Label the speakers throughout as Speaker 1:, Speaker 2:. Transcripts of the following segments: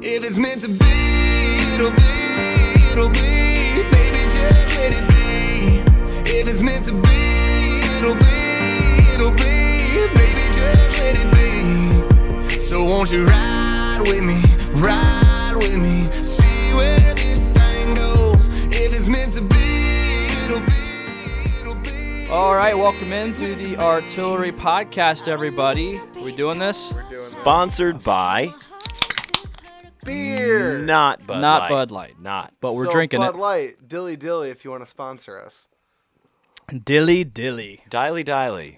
Speaker 1: If it's meant to be, it'll be, it'll be. Baby, just let it be. If it's meant to be, it'll be, it'll be. Baby, just let it be. So won't you ride with me, ride with me, see where this thing goes. If it's meant to be, it'll be, it'll be.
Speaker 2: All right, welcome into the Artillery Podcast, everybody. we doing this?
Speaker 3: Sponsored by
Speaker 4: Beer.
Speaker 3: not Bud
Speaker 2: Not
Speaker 3: Light.
Speaker 2: Bud Light.
Speaker 3: Not.
Speaker 2: But we're
Speaker 4: So,
Speaker 2: drinking
Speaker 4: Bud Light, dilly dilly, if you want to sponsor us.
Speaker 2: it. Dilly dilly.
Speaker 3: Diley Diley.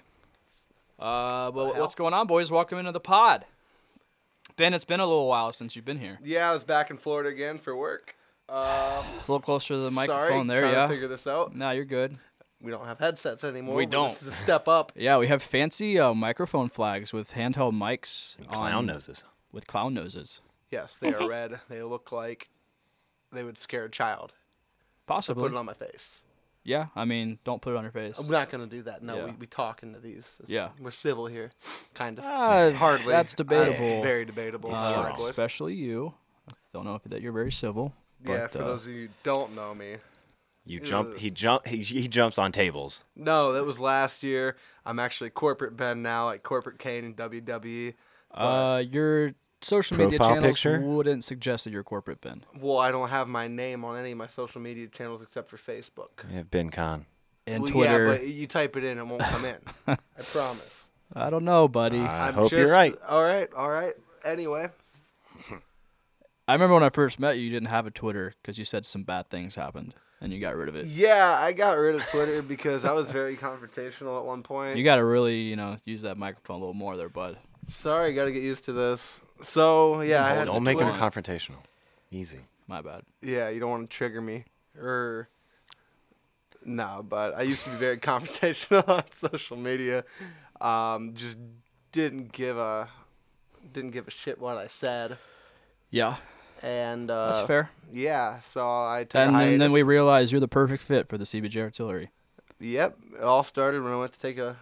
Speaker 2: Uh, well, what's going on, boys? Welcome into the pod. Ben, it's been a little while since you've been here.
Speaker 4: Yeah, I was back in Florida again for work. Um,
Speaker 2: A little closer to the
Speaker 4: sorry,
Speaker 2: microphone there,
Speaker 4: trying
Speaker 2: yeah.
Speaker 4: to figure this out.
Speaker 2: No, you're good.
Speaker 4: We don't have headsets anymore.
Speaker 2: We don't.
Speaker 4: This is a step up.
Speaker 2: Yeah, we have fancy uh, microphone flags with handheld mics on,
Speaker 3: Clown noses.
Speaker 2: with clown noses.
Speaker 4: Yes, they are red. They look like they would scare a child.
Speaker 2: Possibly.
Speaker 4: Put it on my face.
Speaker 2: yeah, I mean, don't put it on your face.
Speaker 4: I'm not gonna do that. No,
Speaker 2: Yeah.
Speaker 4: we, we talk into these. It's-
Speaker 2: Yeah.
Speaker 4: we're civil here, kind of.
Speaker 2: Uh,
Speaker 4: Hardly.
Speaker 2: That's
Speaker 4: Uh,
Speaker 2: debatable.
Speaker 4: very debatable.
Speaker 2: Uh,
Speaker 4: Sorry, boys.
Speaker 2: especially you. I don't know if that you're very civil. But,
Speaker 4: yeah, for
Speaker 2: uh,
Speaker 4: those of you who don't know me,
Speaker 3: You jump. He jump. He, he jumps on tables.
Speaker 4: No, that was last year. I'm actually corporate Ben now, like corporate Kane in WWE.
Speaker 2: uh, your social media
Speaker 3: Profile
Speaker 2: channels
Speaker 3: picture?
Speaker 2: wouldn't suggest that you're corporate, Ben.
Speaker 4: Well, I don't have my name on any of my social media channels except for Facebook.
Speaker 3: We have Ben Con.
Speaker 2: And
Speaker 4: Well,
Speaker 2: Twitter,
Speaker 4: Yeah, but you type it in, it won't come in. I promise.
Speaker 2: I don't know, buddy.
Speaker 3: I
Speaker 4: I'm
Speaker 3: hope
Speaker 4: just,
Speaker 3: you're right.
Speaker 4: All right, all right. Anyway,
Speaker 2: I remember when I first met you, you didn't have a Twitter because you said some bad things happened and you got rid of it.
Speaker 4: yeah, I got rid of Twitter because I was very confrontational at one point.
Speaker 2: You got to really, you know, use that microphone a little more there, bud.
Speaker 4: Sorry, got to get used to this. So yeah, I had
Speaker 3: Don't
Speaker 4: the
Speaker 3: make him
Speaker 4: Twitter.
Speaker 3: confrontational. Easy.
Speaker 2: My bad.
Speaker 4: Yeah, you don't want to trigger me or no, but I used to be very confrontational on social media. Um, just didn't give a didn't give a shit what I said,
Speaker 2: Yeah,
Speaker 4: and uh,
Speaker 2: that's fair.
Speaker 4: Yeah, so I took
Speaker 2: And
Speaker 4: a
Speaker 2: then, then we
Speaker 4: hiatus.
Speaker 2: realized you're the perfect fit for the CBJ artillery.
Speaker 4: yep, it all started when I went to take a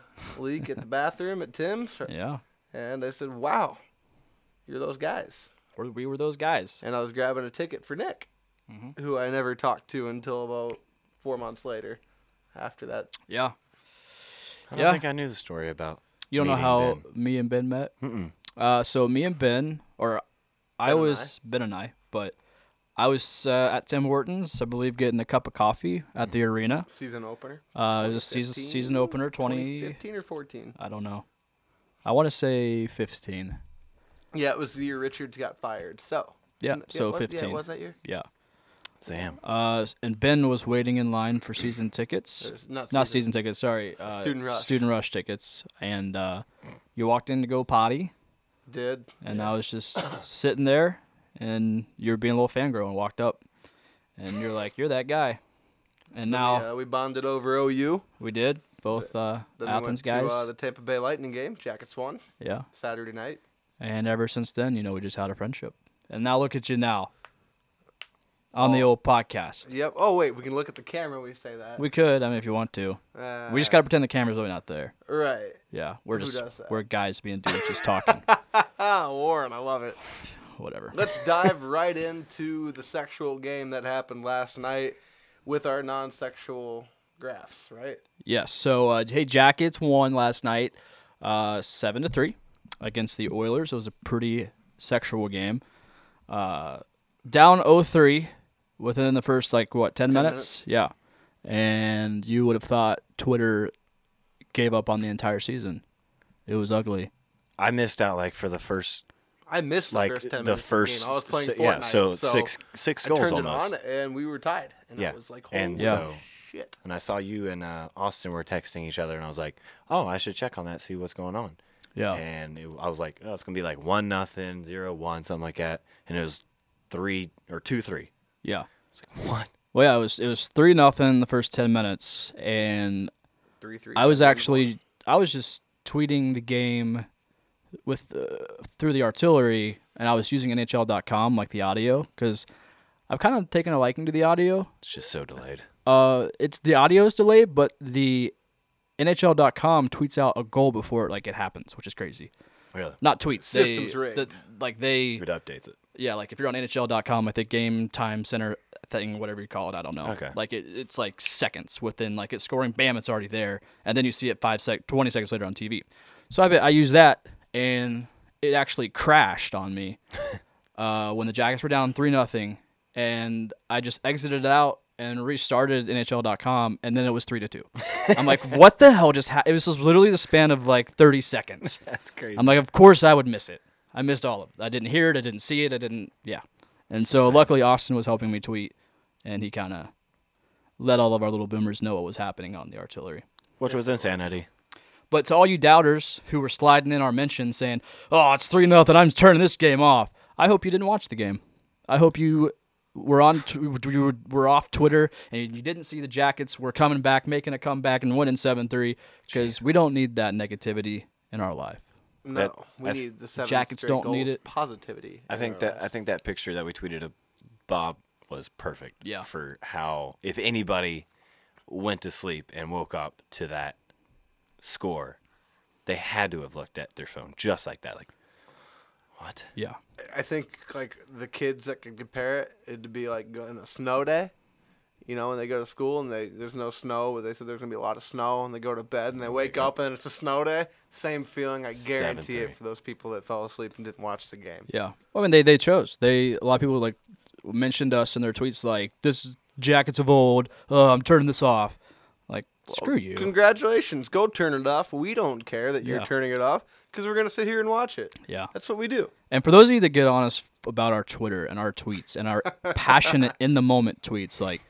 Speaker 4: leak at the bathroom at Tim's,
Speaker 2: Yeah,
Speaker 4: and I said, "Wow, you're those guys."
Speaker 2: we're, we were those guys.
Speaker 4: And I was grabbing a ticket for Nick,
Speaker 2: Mm-hmm.
Speaker 4: who I never talked to until about four months later, after that
Speaker 2: Yeah,
Speaker 3: I don't
Speaker 2: Yeah.
Speaker 3: think I knew the story about.
Speaker 2: You don't know
Speaker 3: meeting
Speaker 2: how
Speaker 3: Ben.
Speaker 2: me and Ben met? Mm-mm. Uh, so me and Ben, or I
Speaker 4: and
Speaker 2: was Ben and I, but I was uh, at Tim Hortons, I believe, getting a cup of coffee at the arena.
Speaker 4: season opener.
Speaker 2: Uh, it was a season
Speaker 4: 15?
Speaker 2: season opener, twenty.
Speaker 4: 2015 or 14.
Speaker 2: I don't know. I want to say fifteen.
Speaker 4: Yeah, it was the year Richards got fired. So.
Speaker 2: Yeah,
Speaker 4: N-
Speaker 2: so
Speaker 4: it was, Yeah,
Speaker 2: 15.
Speaker 4: it was that year?
Speaker 2: Yeah.
Speaker 3: Sam.
Speaker 2: Uh, s- and Ben was waiting in line for season tickets.
Speaker 4: There's not
Speaker 2: Not season
Speaker 4: season.
Speaker 2: tickets. Sorry. Uh,
Speaker 4: Student rush.
Speaker 2: Student rush tickets. And uh, you walked in to go potty.
Speaker 4: Did.
Speaker 2: and I was just sitting there, and you were being a little fangirl and walked up, and you're like, "You're that guy," and now
Speaker 4: Yeah, we bonded over OU.
Speaker 2: we did both uh,
Speaker 4: Then we
Speaker 2: Athens
Speaker 4: went
Speaker 2: guys,
Speaker 4: to uh, the Tampa Bay Lightning game. Jackets won
Speaker 2: yeah,
Speaker 4: Saturday night.
Speaker 2: and ever since then, you know, we just had a friendship, and now look at you now, on
Speaker 4: Oh.
Speaker 2: the old podcast.
Speaker 4: Yep. Oh wait, we can look at the camera. when We say that.
Speaker 2: We could, I mean, if you want to,
Speaker 4: uh,
Speaker 2: we just gotta pretend the camera's really not there.
Speaker 4: Right.
Speaker 2: Yeah, we're
Speaker 4: Who
Speaker 2: just
Speaker 4: does that?
Speaker 2: we're guys being dudes just talking,
Speaker 4: Ah, Warren, I love it.
Speaker 2: whatever.
Speaker 4: Let's dive right into the sexual game that happened last night with our non-sexual graphs. Right.
Speaker 2: Yes. So, uh, hey, Jackets won last night, uh, seven to three, against the Oilers. It was a pretty sexual game. Uh, down 0-3 within the first like what ten, minutes? Yeah. And you would have thought Twitter gave up on the entire season. It was ugly.
Speaker 3: I missed out like for the first
Speaker 4: I missed the
Speaker 3: like
Speaker 4: first ten
Speaker 3: the
Speaker 4: minutes
Speaker 3: first
Speaker 4: of the game. I was playing
Speaker 3: so,
Speaker 4: Fortnite,
Speaker 3: yeah so,
Speaker 4: so
Speaker 3: six six
Speaker 4: I
Speaker 3: goals
Speaker 4: turned
Speaker 3: almost
Speaker 4: it on and we were tied, and
Speaker 3: yeah
Speaker 4: it was like, holy
Speaker 3: and
Speaker 2: Yeah.
Speaker 3: so
Speaker 4: shit.
Speaker 3: and I saw you and uh, Austin were texting each other and I was like oh I should check on that see what's going on
Speaker 2: Yeah.
Speaker 3: and it, I was like, oh, it's gonna be like one nothing, zero one, something like that, and it was three or two three.
Speaker 2: yeah.
Speaker 3: It's like what?
Speaker 2: Well, yeah. It was it was three nothing the first ten minutes, and
Speaker 4: Three three.
Speaker 2: I was actually I was just tweeting the game with uh, through the artillery, and I was using NHL.com like the audio because I've kind of taken a liking to the audio.
Speaker 3: It's just so delayed.
Speaker 2: Uh, it's the audio is delayed, but the NHL.com tweets out a goal before like it happens, which is crazy.
Speaker 3: Really?
Speaker 2: Not tweets, they-
Speaker 4: System's rigged.
Speaker 2: the- like they
Speaker 3: It updates it.
Speaker 2: yeah, like if you're on NHL.com, I think game time center thing, whatever you call it, I don't know.
Speaker 3: Okay.
Speaker 2: Like it, it's like seconds within like it's scoring, bam, it's already there, and then you see it five sec, twenty seconds later on TV. So I bet I used that, and it actually crashed on me uh, when the Jackets were down three nothing, and I just exited it out and restarted NHL.com, and then it was three to two. I'm like, what the hell just happened? It was just literally the span of like 30 seconds.
Speaker 3: That's crazy.
Speaker 2: I'm like, of course I would miss it. I missed all of it. I didn't hear it. I didn't see it. I didn't. Yeah. And so luckily Austin was helping me tweet, and he kind of let all of our little boomers know what was happening on the artillery.
Speaker 3: Which was insanity.
Speaker 2: But to all you doubters who were sliding in our mentions saying, "Oh, it's three nothing. I'm turning this game off." I hope you didn't watch the game. I hope you were on t- you were- were off Twitter and you didn't see the Jackets were coming back, making a comeback, and winning seven three because we don't need that negativity in our life.
Speaker 4: No,
Speaker 3: That-
Speaker 4: we
Speaker 3: I th-
Speaker 4: need the seven
Speaker 2: Jackets
Speaker 4: straight
Speaker 2: don't need
Speaker 4: goals
Speaker 2: it.
Speaker 4: Positivity.
Speaker 3: I
Speaker 4: in
Speaker 3: think
Speaker 4: our
Speaker 3: that
Speaker 4: lives.
Speaker 3: I think that picture that we tweeted of Bob was perfect.
Speaker 2: Yeah.
Speaker 3: For how if anybody went to sleep and woke up to that score, they had to have looked at their phone just like that. Like, what?
Speaker 2: Yeah.
Speaker 4: I think like the kids that could compare it, it'd be like going a snow day. You know, when they go to school and they there's no snow, but they said there's gonna be a lot of snow, and they go to bed
Speaker 2: Oh
Speaker 4: and they wake up and it's a snow day. Same feeling, I guarantee it
Speaker 3: 7:30.
Speaker 4: for those people that fell asleep and didn't watch the game.
Speaker 2: Yeah. Well, I mean, they they chose. They a lot of people like mentioned us in their tweets like this is jackets of old. Uh, I'm turning this off. Like screw you.
Speaker 4: Congratulations, go turn it off. We don't care that you're
Speaker 2: Yeah.
Speaker 4: turning it off because we're gonna sit here and watch it.
Speaker 2: Yeah.
Speaker 4: That's what we do.
Speaker 2: And for those of you that get on us about our Twitter and our tweets and our passionate in the moment tweets, like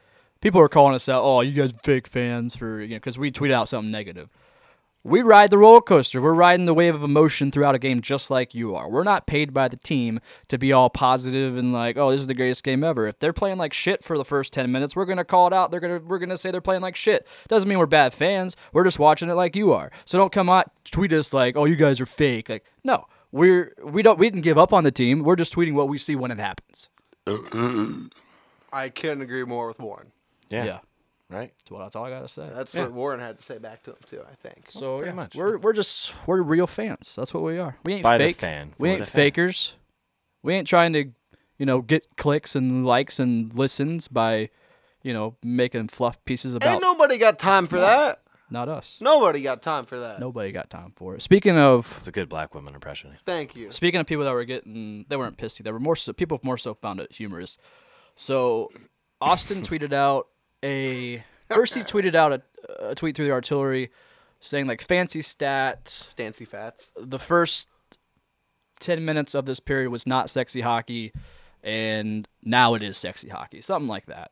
Speaker 2: people are calling us out. Oh, you guys fake fans for you know because we tweet out something negative. We ride the roller coaster. We're riding the wave of emotion throughout a game just like you are. We're not paid by the team to be all positive and like, oh, this is the greatest game ever. If they're playing like shit for the first 10 minutes, we're going to call it out. They're going to we're going to say they're playing like shit. Doesn't mean we're bad fans. We're just watching it like you are. So don't come out tweet us like, "Oh, you guys are fake." Like, no. We're we don't we didn't give up on the team. We're just tweeting what we see when it happens.
Speaker 4: I couldn't agree more with Warren.
Speaker 3: Yeah.
Speaker 2: Yeah.
Speaker 3: Right.
Speaker 2: That's what that's all I got to say.
Speaker 4: That's
Speaker 2: Yeah.
Speaker 4: what Warren had to say back to him too. I think.
Speaker 2: So
Speaker 3: pretty
Speaker 2: yeah,
Speaker 3: much.
Speaker 2: we're we're just we're real fans. That's what we are. We ain't
Speaker 3: By the
Speaker 2: fake.
Speaker 3: fan,
Speaker 2: we
Speaker 3: for
Speaker 2: ain't
Speaker 3: the fan.
Speaker 2: fakers. We ain't trying to, you know, get clicks and likes and listens by, you know, making fluff pieces about
Speaker 4: Ain't nobody got time for that.
Speaker 2: not us.
Speaker 4: Nobody got time for that.
Speaker 2: Nobody got time for it. Speaking of
Speaker 3: It's a good black woman impression.
Speaker 4: Thank you.
Speaker 2: speaking of people that were getting they weren't pissy. They were more so people more so found it humorous. So Austin tweeted out a first he tweeted out a, a tweet through the artillery saying like fancy stats
Speaker 4: Stancy Fats.
Speaker 2: the first 10 minutes of this period was not sexy hockey and now it is sexy hockey something like that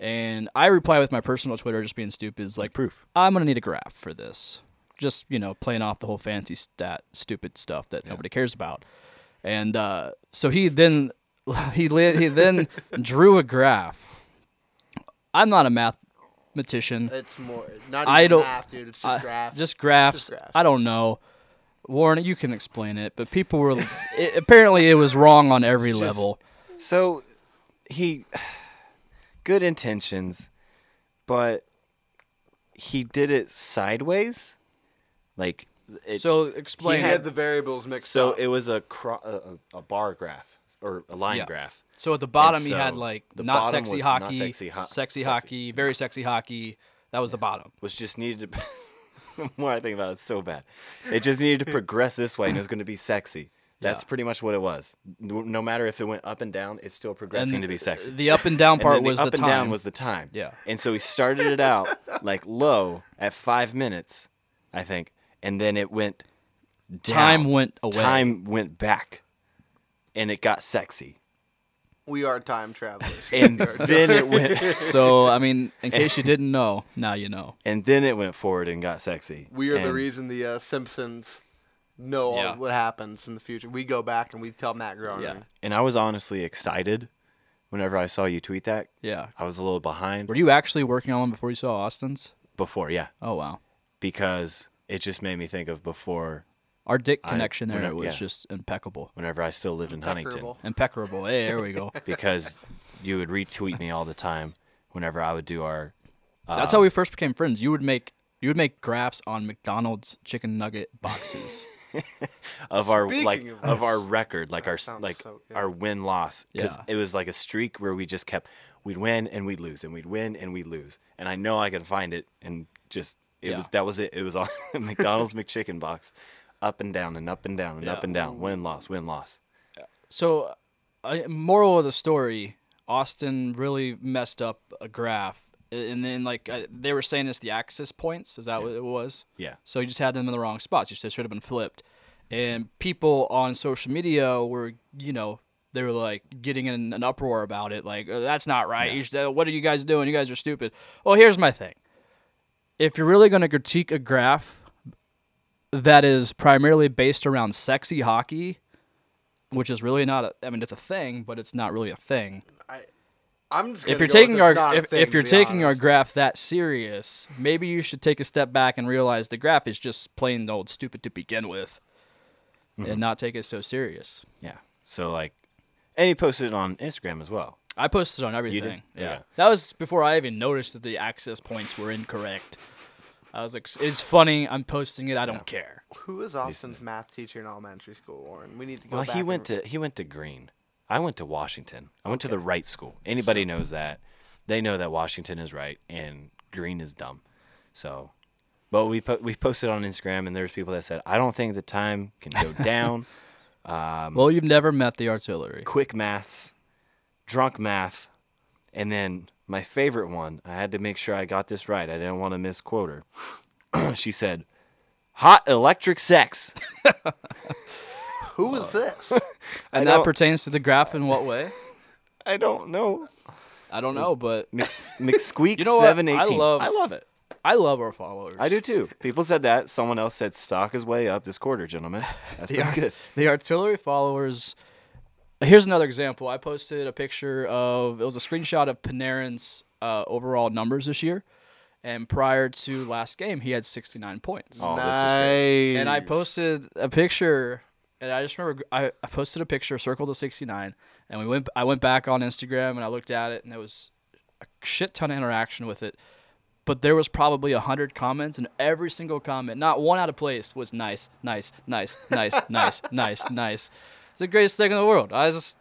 Speaker 2: and i reply with my personal twitter just being stupid is like
Speaker 3: proof.
Speaker 2: i'm gonna need a graph for this just you know playing off the whole fancy stat stupid stuff that nobody cares about and uh, so he then he li- he then drew a graph i'm not a mathematician
Speaker 4: It's more not even
Speaker 2: I don't-
Speaker 4: math, dude. It's just
Speaker 2: I-
Speaker 4: graphs.
Speaker 2: just graphs.
Speaker 4: Just graphs.
Speaker 2: I don't know. Warren, you can explain it, but people were it, apparently it was wrong on every
Speaker 3: just-
Speaker 2: level.
Speaker 3: So he good intentions, but he did it sideways. Like it,
Speaker 2: So uh,
Speaker 4: he
Speaker 2: explain.
Speaker 4: had the variables mixed
Speaker 3: so
Speaker 4: up.
Speaker 3: it was a, cro- a a a bar graph or a line
Speaker 2: Yeah.
Speaker 3: graph.
Speaker 2: so at the bottom, he
Speaker 3: so
Speaker 2: had like
Speaker 3: the
Speaker 2: not
Speaker 3: bottom
Speaker 2: sexy
Speaker 3: was not
Speaker 2: hockey,
Speaker 3: sexy
Speaker 2: sexy,
Speaker 3: ho- sexy.
Speaker 2: hockey, very sexy hockey. That was the bottom.
Speaker 3: was just needed to. the more I think about it, it's so bad. It just needed to progress this way, and it was going to be sexy. That's pretty much what it was. No no matter if it went up and down, it's still progressing to be sexy.
Speaker 2: The up and down
Speaker 3: And
Speaker 2: part
Speaker 3: then the
Speaker 2: was
Speaker 3: up
Speaker 2: the
Speaker 3: and
Speaker 2: time.
Speaker 3: down was the time.
Speaker 2: Yeah.
Speaker 3: And so he started it out like low at five minutes, I think, and then it went. Down.
Speaker 2: Time went away.
Speaker 3: Time went back, and it got sexy,
Speaker 4: we are time travelers.
Speaker 3: and then it went,
Speaker 2: so I mean, in case you didn't know, now you know.
Speaker 3: and then it went forward and got sexy.
Speaker 4: we are the
Speaker 3: And
Speaker 4: reason the uh, Simpsons know all
Speaker 2: Yeah.
Speaker 4: what happens in the future. We go back and we tell Matt Groening.
Speaker 2: Yeah.
Speaker 3: And I was honestly excited whenever I saw you tweet that.
Speaker 2: Yeah.
Speaker 3: I was a little behind
Speaker 2: Were you actually working on one before you saw Austin's?
Speaker 3: before, yeah,
Speaker 2: Oh wow.
Speaker 3: because it just made me think of before
Speaker 2: Our dick connection there
Speaker 3: whenever-
Speaker 2: was
Speaker 3: yeah.
Speaker 2: just impeccable,
Speaker 3: whenever I still lived in Huntington
Speaker 4: Impeccable.
Speaker 2: impeccable. Hey, there we go.
Speaker 3: because you would retweet me all the time whenever I would do our
Speaker 2: That's how we first became friends. You would make you would make graphs on McDonald's chicken nugget boxes.
Speaker 3: of our
Speaker 4: Speaking
Speaker 3: like
Speaker 4: of
Speaker 3: of, our record, like our s-
Speaker 4: sounds
Speaker 3: like
Speaker 4: so-
Speaker 3: our win loss, because
Speaker 2: Yeah.
Speaker 3: it was like a streak where we just kept we'd win and we'd lose and we'd win and we'd lose, and I know I could find it and just it
Speaker 2: Yeah.
Speaker 3: was that was it. It was on McDonald's McChicken box, up and down and up and down and up
Speaker 2: Yeah.
Speaker 3: and down, win loss win loss.
Speaker 2: So, I, moral of the story: Austin really messed up a graph, a- and then like I, they were saying it's the axis points. Is that what it was?
Speaker 3: Yeah.
Speaker 2: So you just had them in the wrong spots. You just should have been flipped. And people on social media were, you know, they were like getting in an uproar about it. Like, "Oh, that's not right. You should, what are you guys doing? You guys are stupid. Well, here's my thing. If you're really going to critique a graph that is primarily based around sexy hockey, which is really not, a, I mean, it's a thing, but it's not really a thing.
Speaker 4: I'm just
Speaker 2: If you're
Speaker 4: gonna go with
Speaker 2: taking
Speaker 4: it's
Speaker 2: our
Speaker 4: not a
Speaker 2: if,
Speaker 4: thing,
Speaker 2: if
Speaker 4: to
Speaker 2: you're
Speaker 4: be
Speaker 2: taking our
Speaker 4: honest.
Speaker 2: graph that serious, maybe you should take a step back and realize the graph is just plain old stupid to begin with,
Speaker 3: Mm-hmm.
Speaker 2: and not take it so serious.
Speaker 3: Yeah. So like, and he posted it on Instagram as well.
Speaker 2: I posted on everything.
Speaker 3: did?
Speaker 2: Yeah.
Speaker 3: Okay.
Speaker 2: that was before I even noticed that the access points were incorrect. I was like, "It's funny. I'm posting it. I don't care."
Speaker 4: Who was Austin's math teacher in elementary school, Warren? We need to go
Speaker 3: Well,
Speaker 4: back.
Speaker 3: he went
Speaker 4: and-
Speaker 3: to he went to Green. I went to Washington. I went to the right school. Anybody knows that. They know that Washington is right and Green is dumb. So, but we po- we posted on Instagram and there's people that said I don't think the time can go down. Um,
Speaker 2: Well, you've never met the artillery.
Speaker 3: Quick maths, drunk math, and then my favorite one. I had to make sure I got this right. I didn't want to misquote her. she said, "Hot electric sex."
Speaker 4: Who was this?
Speaker 2: And
Speaker 3: I
Speaker 2: that
Speaker 3: don't-
Speaker 2: pertains to the graph in what way?
Speaker 3: I don't know.
Speaker 2: I don't know, but
Speaker 3: Mix McSqueak
Speaker 2: You know what?
Speaker 3: seven
Speaker 2: I
Speaker 3: eighteen.
Speaker 2: love-
Speaker 3: I love it.
Speaker 2: I love our followers.
Speaker 3: I do too. People said that. Someone else said stock is way up this quarter, gentlemen. That's pretty good.
Speaker 2: The artillery followers. Here's another example. I posted a picture of it was a screenshot of Panarin's uh, overall numbers this year, and prior to last game, he had 69 points.
Speaker 3: Oh, this is great.
Speaker 4: nice.
Speaker 2: And I posted a picture, and I just remember I, I posted a picture, circled the 69, and we went. I went back on Instagram and I looked at it, and there was a shit ton of interaction with it. But there was probably a hundred comments, and every single comment, not one out of place, was nice, nice, nice, nice, nice, nice, nice. It's the greatest thing in the world. I just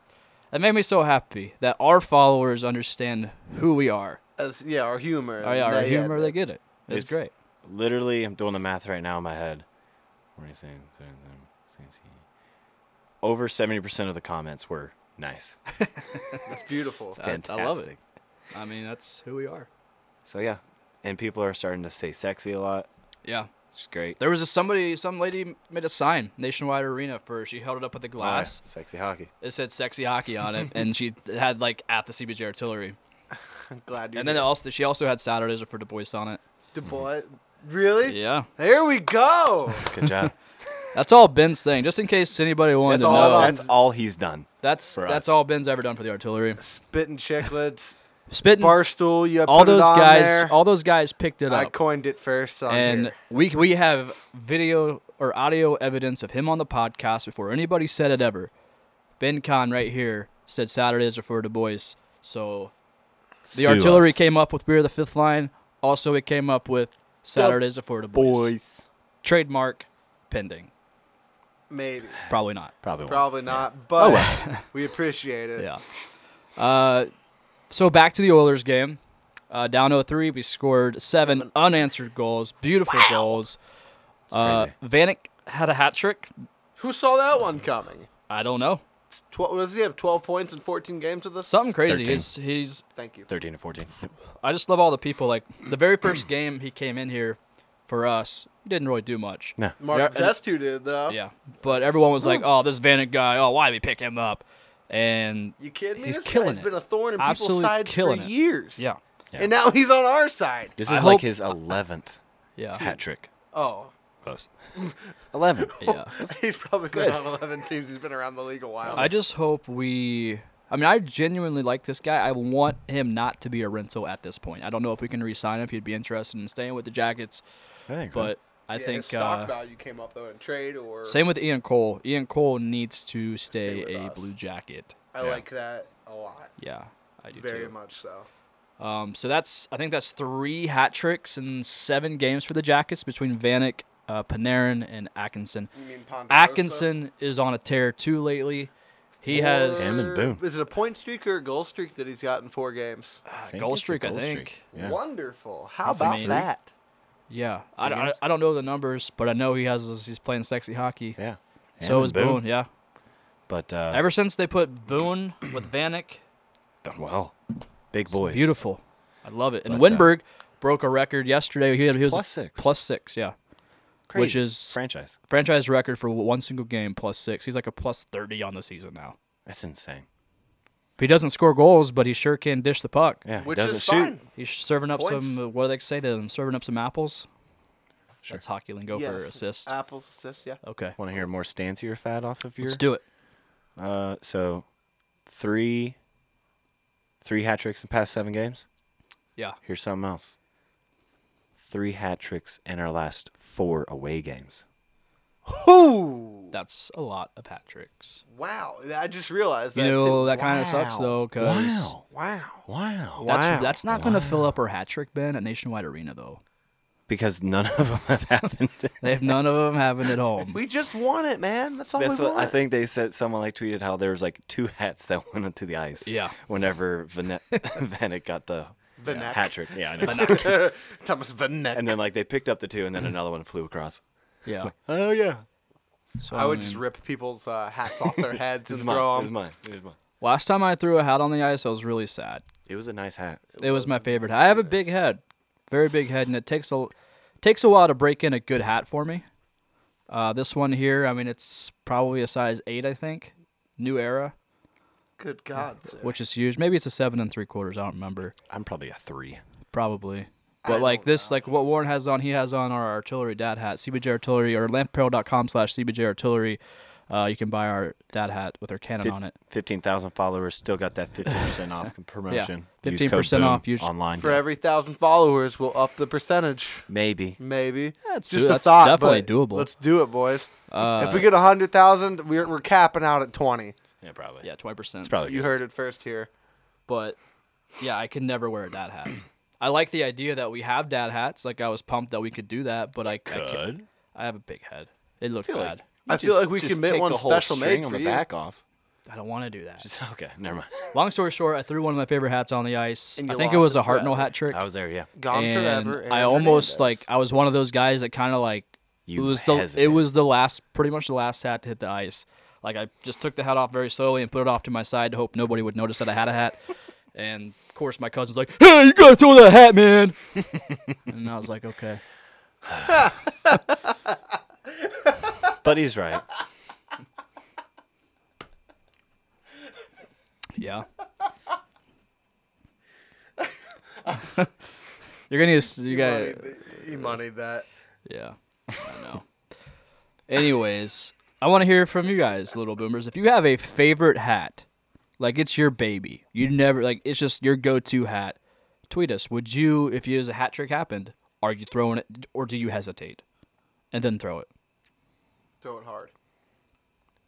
Speaker 2: it made me so happy that our followers understand who we are.
Speaker 4: As- yeah, our humor.
Speaker 2: Oh, Our, our
Speaker 4: They- yeah,
Speaker 2: humor, they get it. It's,
Speaker 3: It's-
Speaker 2: great.
Speaker 3: Literally, I'm doing the math right now in my head. What are you saying? Sorry, I'm saying see. Over 70% of the comments were nice.
Speaker 4: It's beautiful.
Speaker 2: I-
Speaker 3: Fantastic.
Speaker 2: I love it. I mean, that's who we are.
Speaker 3: So, yeah. And people are starting to say sexy a lot,
Speaker 2: Yeah.
Speaker 3: which is great.
Speaker 2: There was a somebody, some lady made a sign, Nationwide Arena, for she held it up at the
Speaker 3: Oh, yeah.
Speaker 2: glass.
Speaker 3: Sexy hockey.
Speaker 2: It said "sexy hockey" on it, and she had like at the CBJ Artillery.
Speaker 4: I'm glad you.
Speaker 2: And then
Speaker 4: did.
Speaker 2: also she also had Saturdays for Du Bois on it.
Speaker 4: Du Bois. Really?
Speaker 2: Yeah,
Speaker 4: There we go.
Speaker 3: Good job.
Speaker 2: that's all Ben's thing. Just in case anybody wanted
Speaker 4: That's
Speaker 2: to
Speaker 4: all
Speaker 2: know,
Speaker 4: about-
Speaker 3: That's all he's done.
Speaker 2: that's
Speaker 3: for
Speaker 2: that's
Speaker 3: us.
Speaker 2: all Ben's ever done for the Artillery.
Speaker 4: Spitting chicklets,
Speaker 2: Spitting
Speaker 4: barstool. You
Speaker 2: all
Speaker 4: put it
Speaker 2: those
Speaker 4: on
Speaker 2: guys,
Speaker 4: there.
Speaker 2: all those guys picked it
Speaker 4: I
Speaker 2: up,
Speaker 4: coined it first. On
Speaker 2: and
Speaker 4: here.
Speaker 2: we we have video or audio evidence of him on the podcast before anybody said it ever. Ben Con right here said Saturdays are for Du Bois, so The
Speaker 3: Sue
Speaker 2: artillery
Speaker 3: us.
Speaker 2: came up with "We Are the Fifth Line." Also, it came up with "Saturdays Affordable."
Speaker 3: Boys.
Speaker 2: trademark pending.
Speaker 4: maybe,
Speaker 2: Probably not.
Speaker 3: Probably won't.
Speaker 4: probably not, but we appreciate it.
Speaker 2: Oh, Yeah. Uh, so back to the Oilers game. Uh, down 0-3, we scored seven, unanswered goals. Beautiful goals. Uh, Vanek had a hat trick.
Speaker 4: Who saw that one coming?
Speaker 2: I don't know.
Speaker 4: It's Tw- does he have 12 points in 14 games with us?
Speaker 2: Something crazy.
Speaker 3: 13.
Speaker 2: He's, he's
Speaker 3: 13 or 14.
Speaker 2: I just love all the people. Like the very first game he came in here for us, he didn't really do much.
Speaker 3: No.
Speaker 4: Mark
Speaker 2: Yeah, and-
Speaker 4: Zestu did though.
Speaker 2: Yeah, but everyone was like, "Oh, this Vanek guy. Oh, why did we pick him up?" And
Speaker 4: You kidding me?
Speaker 2: He's
Speaker 4: this
Speaker 2: killing
Speaker 4: has
Speaker 2: it.
Speaker 4: been a thorn in
Speaker 2: Absolutely
Speaker 4: people's sides
Speaker 2: killing
Speaker 4: for
Speaker 2: it.
Speaker 4: years.
Speaker 2: yeah,
Speaker 4: And now he's on our side.
Speaker 3: This
Speaker 2: I
Speaker 3: is like
Speaker 2: hope-
Speaker 3: his 11th
Speaker 2: yeah,
Speaker 3: hat trick.
Speaker 4: Oh.
Speaker 3: Close. 11.
Speaker 2: yeah.
Speaker 4: He's probably been on 11 teams. He's been around the league a while.
Speaker 2: I just hope we. I mean, I genuinely like this guy. I want him not to be a rental at this point. I don't know if we can re-sign him. If he'd be interested in staying with the Jackets,
Speaker 3: I think so.
Speaker 2: but I
Speaker 4: Yeah, his
Speaker 2: think
Speaker 4: stock
Speaker 2: uh,
Speaker 4: value came up though in trade or
Speaker 2: same with Ian Cole. Ian Cole needs to stay,
Speaker 4: with
Speaker 2: a
Speaker 4: us.
Speaker 2: Blue Jacket.
Speaker 4: I
Speaker 3: yeah.
Speaker 4: like that a lot.
Speaker 2: Yeah, I do
Speaker 4: Very
Speaker 2: too.
Speaker 4: much so.
Speaker 2: Um, so that's I think that's three hat tricks in seven games for the Jackets between Vanek, uh, Panarin and Atkinson.
Speaker 4: You mean Ponderosa?
Speaker 2: Atkinson is on a tear too lately. He has
Speaker 3: Him and Boone.
Speaker 4: Is it a point streak or a goal streak that he's got in four games?
Speaker 2: uh,
Speaker 3: think
Speaker 2: goal
Speaker 3: it's a
Speaker 2: streak,
Speaker 3: goal
Speaker 2: I think.
Speaker 3: streak. Yeah.
Speaker 4: Wonderful. How
Speaker 2: That's
Speaker 4: about
Speaker 2: amazing.
Speaker 4: that?
Speaker 2: Yeah, I, I, I don't know the numbers, but I know he has he's playing sexy hockey.
Speaker 3: Yeah. Him
Speaker 2: So
Speaker 3: and
Speaker 2: is Boone. Yeah.
Speaker 3: But uh,
Speaker 2: Ever since they put Boone with Vanek,
Speaker 3: done well. Big
Speaker 2: it's
Speaker 3: boys.
Speaker 2: beautiful. I love it. And
Speaker 3: But, uh,
Speaker 2: Winberg broke a record yesterday. He, had- he was
Speaker 3: Plus six.
Speaker 2: Plus six. Yeah.
Speaker 3: Crazy.
Speaker 2: which is-
Speaker 3: franchise.
Speaker 2: Franchise record for one single game plus six. He's like a plus thirty on the season now.
Speaker 3: That's insane.
Speaker 2: He doesn't score goals, but he sure can dish the puck.
Speaker 3: Yeah. he
Speaker 4: Which
Speaker 3: doesn't
Speaker 4: is
Speaker 3: shoot.
Speaker 4: fine.
Speaker 2: He's serving up
Speaker 4: Points.
Speaker 2: some. What do they say to them? Serving up some apples. That's hockey lingo for
Speaker 4: Yes, Uh,
Speaker 2: assist.
Speaker 4: Apples assist. Yeah.
Speaker 2: okay,
Speaker 3: Want to hear more stancier fad off of your?
Speaker 2: let's do it.
Speaker 3: Uh, so three, three hat tricks in past seven games.
Speaker 2: Yeah.
Speaker 3: Here's something else. Three hat tricks in our last four away games.
Speaker 4: Ooh.
Speaker 2: That's a lot of hat tricks.
Speaker 4: Wow. I just realized
Speaker 2: You
Speaker 4: that.
Speaker 2: know
Speaker 4: too.
Speaker 2: that kind of sucks
Speaker 3: Wow.
Speaker 2: though, because
Speaker 3: Wow.
Speaker 4: Wow.
Speaker 3: Wow.
Speaker 2: that's
Speaker 4: Wow.
Speaker 2: that's not going to fill up our hat trick bin at Nationwide Arena though.
Speaker 3: Because none of them have happened.
Speaker 2: They have none of them having it home.
Speaker 4: We just won it, man. That's all
Speaker 3: That's
Speaker 4: we
Speaker 3: what
Speaker 4: want.
Speaker 3: I think they said. Someone like tweeted how there was like two hats that went onto the ice.
Speaker 2: Yeah.
Speaker 3: Whenever Vanek, Vanek got the
Speaker 4: The neck.
Speaker 3: hat trick. Yeah, I know.
Speaker 4: Thomas Vanek.
Speaker 3: and then like they picked up the two, and then another one flew across.
Speaker 2: Yeah.
Speaker 3: Oh yeah.
Speaker 2: So
Speaker 4: I would
Speaker 2: mean,
Speaker 4: just rip people's uh, hats off their heads
Speaker 3: This
Speaker 4: and
Speaker 3: is mine.
Speaker 4: throw
Speaker 3: This is
Speaker 4: them.
Speaker 3: mine. This is mine.
Speaker 2: last time I threw a hat on the ice, I was really sad.
Speaker 3: It was a nice hat.
Speaker 2: It was my favorite. I have a big head, very big head, and it takes a takes a while to break in a good hat for me. Uh, this one here, I mean, it's probably a size eight, I think, new era,
Speaker 4: Good God, sir.
Speaker 2: which is huge. Maybe it's a seven and three quarters. I don't remember.
Speaker 3: I'm probably a three.
Speaker 2: Probably. But like this, like what Warren has on, he has on our artillery dad hat, CBJ artillery or lampapparel.com slash CBJ artillery. Uh, you can buy our dad hat with our cannon on it.
Speaker 3: Fifteen thousand followers still got that fifteen percent off promotion.
Speaker 2: Yeah,
Speaker 3: Use code
Speaker 2: 15%
Speaker 3: BOOM
Speaker 2: off. Use-
Speaker 3: online.
Speaker 4: For every thousand followers, we'll up the percentage.
Speaker 3: Maybe.
Speaker 4: Maybe.
Speaker 2: That's
Speaker 4: just
Speaker 2: do-
Speaker 4: a
Speaker 2: that's
Speaker 4: thought.
Speaker 2: definitely
Speaker 4: but
Speaker 2: doable. Uh,
Speaker 4: Let's do it, boys. if we get a hundred thousand, we're we're capping out at twenty.
Speaker 3: Yeah, probably.
Speaker 2: Yeah, twenty percent.
Speaker 3: probably-
Speaker 4: You heard it first here.
Speaker 2: But yeah, I can never wear a dad hat. I like the idea that we have dad hats. Like I was pumped that we could do that, but I I can't-
Speaker 3: Could.
Speaker 2: I, have a big head. It looked bad.
Speaker 4: I feel like we can make one special made
Speaker 3: on
Speaker 4: for
Speaker 3: the
Speaker 4: you.
Speaker 3: back off.
Speaker 2: I don't want to do that.
Speaker 3: Just- okay, never mind.
Speaker 2: Long story short, I threw one of my favorite hats on the ice.
Speaker 4: And
Speaker 2: I
Speaker 4: you
Speaker 2: think it was
Speaker 4: lost it
Speaker 2: a Hartnell
Speaker 4: forever.
Speaker 2: hat trick.
Speaker 3: I was there. Yeah.
Speaker 4: Gone
Speaker 2: and
Speaker 4: forever.
Speaker 2: I
Speaker 4: Aaron
Speaker 2: almost
Speaker 4: Hernandez.
Speaker 2: like I was one of those guys that kind of like
Speaker 3: You
Speaker 2: it was the it
Speaker 3: hesitated.
Speaker 2: was the last pretty much the last hat to hit the ice. Like I just took the hat off very slowly and put it off to my side to hope nobody would notice that I had a hat. and of course my cousin's like, "Hey, you gotta throw that hat, man!" and I was like, "Okay."
Speaker 3: But he's right.
Speaker 2: Yeah. You're gonna need to, you guys.
Speaker 4: he moneyed that.
Speaker 2: Yeah, I know. Anyways, I want to hear from you guys, little boomers. If you have a favorite hat, like it's your baby, you never like it's just your go-to hat. Tweet us. Would you, if you as a hat trick happened, are you throwing it or do you hesitate and then throw it?
Speaker 4: Throw it hard.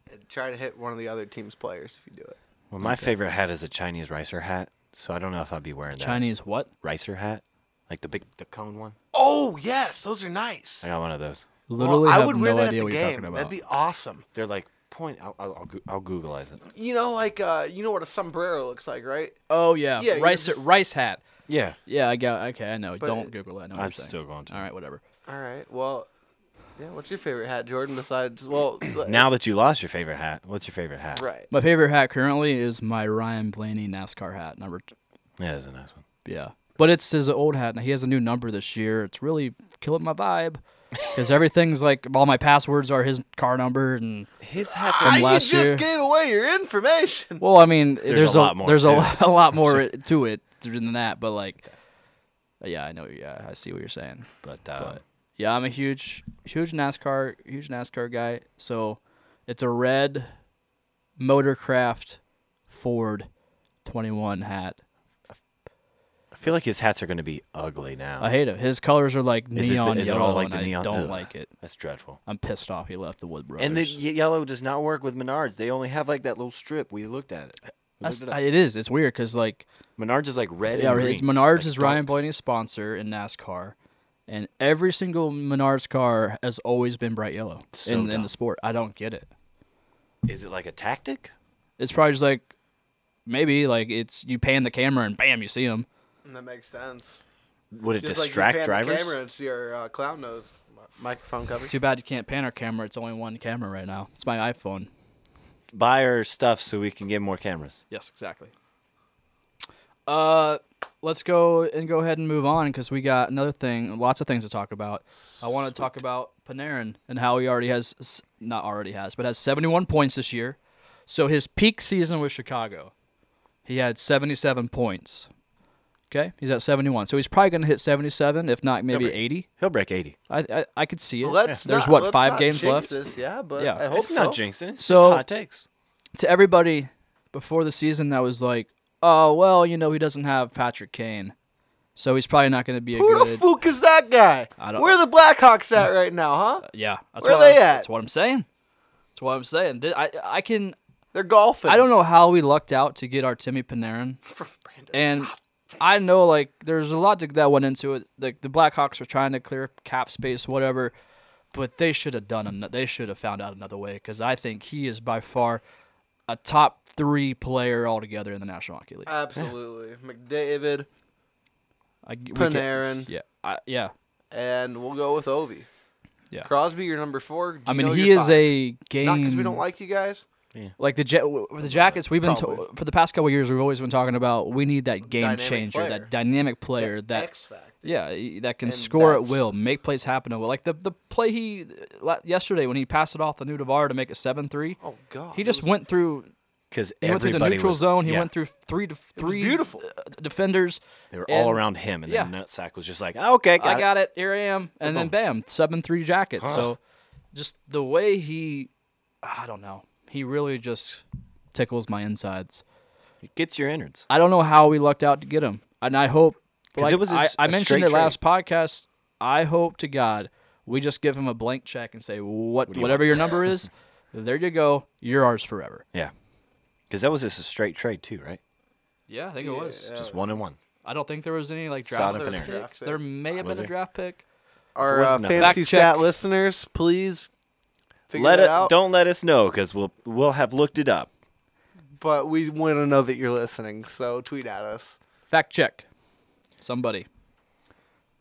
Speaker 4: And try to hit one of the other team's players if you do it.
Speaker 3: Well, my favorite hat is a Chinese ricer hat, so I don't know if I'd be wearing that.
Speaker 2: Chinese what?
Speaker 3: ricer hat, like the big, the cone one.
Speaker 4: Oh yes, those are nice.
Speaker 3: I got one of those.
Speaker 2: Literally,
Speaker 4: well, I
Speaker 2: have
Speaker 4: would
Speaker 2: no
Speaker 4: wear that
Speaker 2: idea
Speaker 4: at the
Speaker 2: what you're
Speaker 4: game.
Speaker 2: talking about.
Speaker 4: That'd be awesome.
Speaker 3: They're like point. I'll I'll, I'll, Goo- I'll Googleize it.
Speaker 4: You know, like uh, you know what a sombrero looks like, right?
Speaker 2: oh yeah,
Speaker 4: Yeah, you
Speaker 2: rice
Speaker 4: just-
Speaker 2: rice hat.
Speaker 3: Yeah.
Speaker 2: Yeah, I got. Okay, I know. Don't
Speaker 4: it-
Speaker 2: Google that. No,
Speaker 3: I'm still going to.
Speaker 2: All right, whatever.
Speaker 4: All right. Well, yeah. What's your favorite hat, Jordan? Besides, well,
Speaker 3: Now that you lost your favorite hat, what's your favorite hat?
Speaker 4: right.
Speaker 2: My favorite hat currently is my Ryan Blaney NASCAR hat, number
Speaker 3: Yeah, that's a nice one.
Speaker 2: Yeah. But it's his old hat, and he has a new number this year. It's really killing my vibe because everything's like all my passwords are his car number, and
Speaker 3: His hats
Speaker 4: Ah,
Speaker 2: from
Speaker 4: you
Speaker 2: last year.
Speaker 4: just gave away your information.
Speaker 2: well, I mean, there's,
Speaker 3: a lot more
Speaker 2: There's
Speaker 3: to
Speaker 2: a,
Speaker 3: it.
Speaker 2: a lot more to it than that, but like, yeah, I know. Yeah, I see what you're saying.
Speaker 3: But, uh,
Speaker 2: But yeah, I'm a huge, huge NASCAR, huge NASCAR guy. So it's a red Motorcraft Ford 21 hat.
Speaker 3: I feel like his hats are going to be ugly now.
Speaker 2: I hate it. His colors are like
Speaker 3: Is it the-
Speaker 2: neon
Speaker 3: is it all
Speaker 2: yellow,
Speaker 3: like
Speaker 2: and
Speaker 3: the neon-
Speaker 2: I don't
Speaker 3: Ugh.
Speaker 2: like it.
Speaker 3: That's dreadful.
Speaker 2: I'm pissed off he left the Wood Brothers.
Speaker 3: And the ye- yellow does not work with Menards. They only have like that little strip. We looked at it. We
Speaker 2: That's-
Speaker 3: looked it up.
Speaker 2: I- it is. It's weird because like
Speaker 3: Menards is like red.
Speaker 2: yeah,
Speaker 3: and
Speaker 2: it's
Speaker 3: green.
Speaker 2: Menards
Speaker 3: Like
Speaker 2: is Ryan
Speaker 3: dark.
Speaker 2: Blaney's sponsor in NASCAR, and every single Menards car has always been bright yellow
Speaker 3: So
Speaker 2: in, in
Speaker 3: dumb.
Speaker 2: the sport. I don't get it.
Speaker 3: Is it like a tactic?
Speaker 2: It's probably just like maybe like it's you pan the camera and bam, you see them.
Speaker 4: That makes sense.
Speaker 3: Would it
Speaker 4: Just
Speaker 3: distract
Speaker 4: like you pan the
Speaker 3: drivers?
Speaker 4: camera, it's your uh, clown nose mi- microphone cover.
Speaker 2: Too bad you can't pan our camera. It's only one camera right now. It's my iPhone.
Speaker 3: Buy our stuff so we can get more cameras.
Speaker 2: Yes, exactly. Uh, let's go and go ahead and move on because we got another thing, lots of things to talk about. I want to talk about Panarin and how he already has, s- not already has, but has 71 points this year. So his peak season with Chicago, he had 77 points. Okay, he's at 71, so he's probably going to hit 77, if not maybe
Speaker 3: Number-
Speaker 2: 80.
Speaker 3: He'll break 80.
Speaker 2: I I, I could see it.
Speaker 4: Let's
Speaker 2: There's
Speaker 4: not-
Speaker 2: what
Speaker 4: let's
Speaker 2: five
Speaker 4: not
Speaker 2: games
Speaker 4: jinx
Speaker 2: left.
Speaker 4: This. Yeah, but
Speaker 2: Yeah.
Speaker 4: I hope
Speaker 3: It's
Speaker 4: so.
Speaker 3: not jinxing. It's
Speaker 2: So-
Speaker 3: just hot takes.
Speaker 2: to everybody before the season that was like, oh well, you know he doesn't have Patrick Kane, so he's probably not going to be a
Speaker 4: Who the
Speaker 2: good.
Speaker 4: fuck is that guy?
Speaker 2: I don't- Uh,
Speaker 4: Where are the Blackhawks at right now, huh?
Speaker 2: yeah, that's
Speaker 4: Where
Speaker 2: what
Speaker 4: they
Speaker 2: I,
Speaker 4: at?
Speaker 2: That's what I'm saying. That's what I'm saying. Th- I I can
Speaker 4: They're golfing.
Speaker 2: I don't know how we lucked out to get our Timmy Panarin,
Speaker 4: From Brandon
Speaker 2: and
Speaker 4: Saad.
Speaker 2: I know like there's a lot to, that went into it. Like the Blackhawks are trying to clear cap space, whatever, but they should have done. An- they should have found out another way because I think he is by far a top three player altogether in the National Hockey League.
Speaker 4: absolutely McDavid,
Speaker 2: I g- we can-
Speaker 4: Panarin,
Speaker 2: Yeah, I, yeah.
Speaker 4: and we'll go with Ovi.
Speaker 2: Yeah.
Speaker 4: Crosby, you're number four.
Speaker 2: I
Speaker 4: Gino,
Speaker 2: mean, he
Speaker 4: you're
Speaker 2: is
Speaker 4: five.
Speaker 2: a game.
Speaker 4: not because we don't like you guys.
Speaker 2: like the ja- w- the Jackets. We've been to,
Speaker 4: Probably.
Speaker 2: for the past couple of years. We've always been talking about we need that game
Speaker 4: Dynamic
Speaker 2: changer,
Speaker 4: player.
Speaker 2: that dynamic player that
Speaker 4: X fact.
Speaker 2: yeah y- that can
Speaker 4: And
Speaker 2: score at
Speaker 4: that's-
Speaker 2: will, make plays happen at will. Like the the play he la- yesterday when he passed it off the new Devar to make it seven three.
Speaker 4: Oh God.
Speaker 2: he
Speaker 4: it
Speaker 2: just
Speaker 4: was-
Speaker 2: went through.
Speaker 3: Because
Speaker 2: He went through the neutral zone. He went through three to three
Speaker 4: beautiful.
Speaker 2: uh, defenders.
Speaker 3: They were
Speaker 2: and-
Speaker 3: all around him, and
Speaker 2: yeah.
Speaker 3: then Nutsack was just like, "Oh, "Okay, got
Speaker 2: I
Speaker 3: it."
Speaker 2: got it. Here I am. And then bam, seven three jacket. So just the way he, I don't know. He really just tickles my insides.
Speaker 3: It gets your innards.
Speaker 2: I don't know how we lucked out to get him, and I hope.
Speaker 3: 'Cause
Speaker 2: Like,
Speaker 3: it was a
Speaker 2: I
Speaker 3: s-
Speaker 2: I
Speaker 3: a
Speaker 2: mentioned
Speaker 3: straight
Speaker 2: it last podcast. I hope to God we just give him a blank check and say what,
Speaker 3: do you
Speaker 2: whatever your number is, there you go. You're ours forever.
Speaker 3: Yeah, because that was just a straight trade too, right?
Speaker 2: Yeah, I think it was.
Speaker 3: Just one and one.
Speaker 2: I don't think there was any like draft
Speaker 3: Sod and
Speaker 2: picks.
Speaker 3: Panarin.
Speaker 4: Draft pick.
Speaker 2: There may have
Speaker 3: Was
Speaker 2: been a
Speaker 3: there?
Speaker 2: draft pick.
Speaker 4: Our
Speaker 3: Wasn't
Speaker 4: uh,
Speaker 3: a-
Speaker 4: fantasy
Speaker 2: Fact check.
Speaker 4: stat listeners, please figure
Speaker 3: Let
Speaker 4: it
Speaker 3: it,
Speaker 4: out.
Speaker 3: don't let us know because we'll we'll have looked it up.
Speaker 4: But we want to know that you're listening, so tweet at us.
Speaker 2: Fact check. Somebody.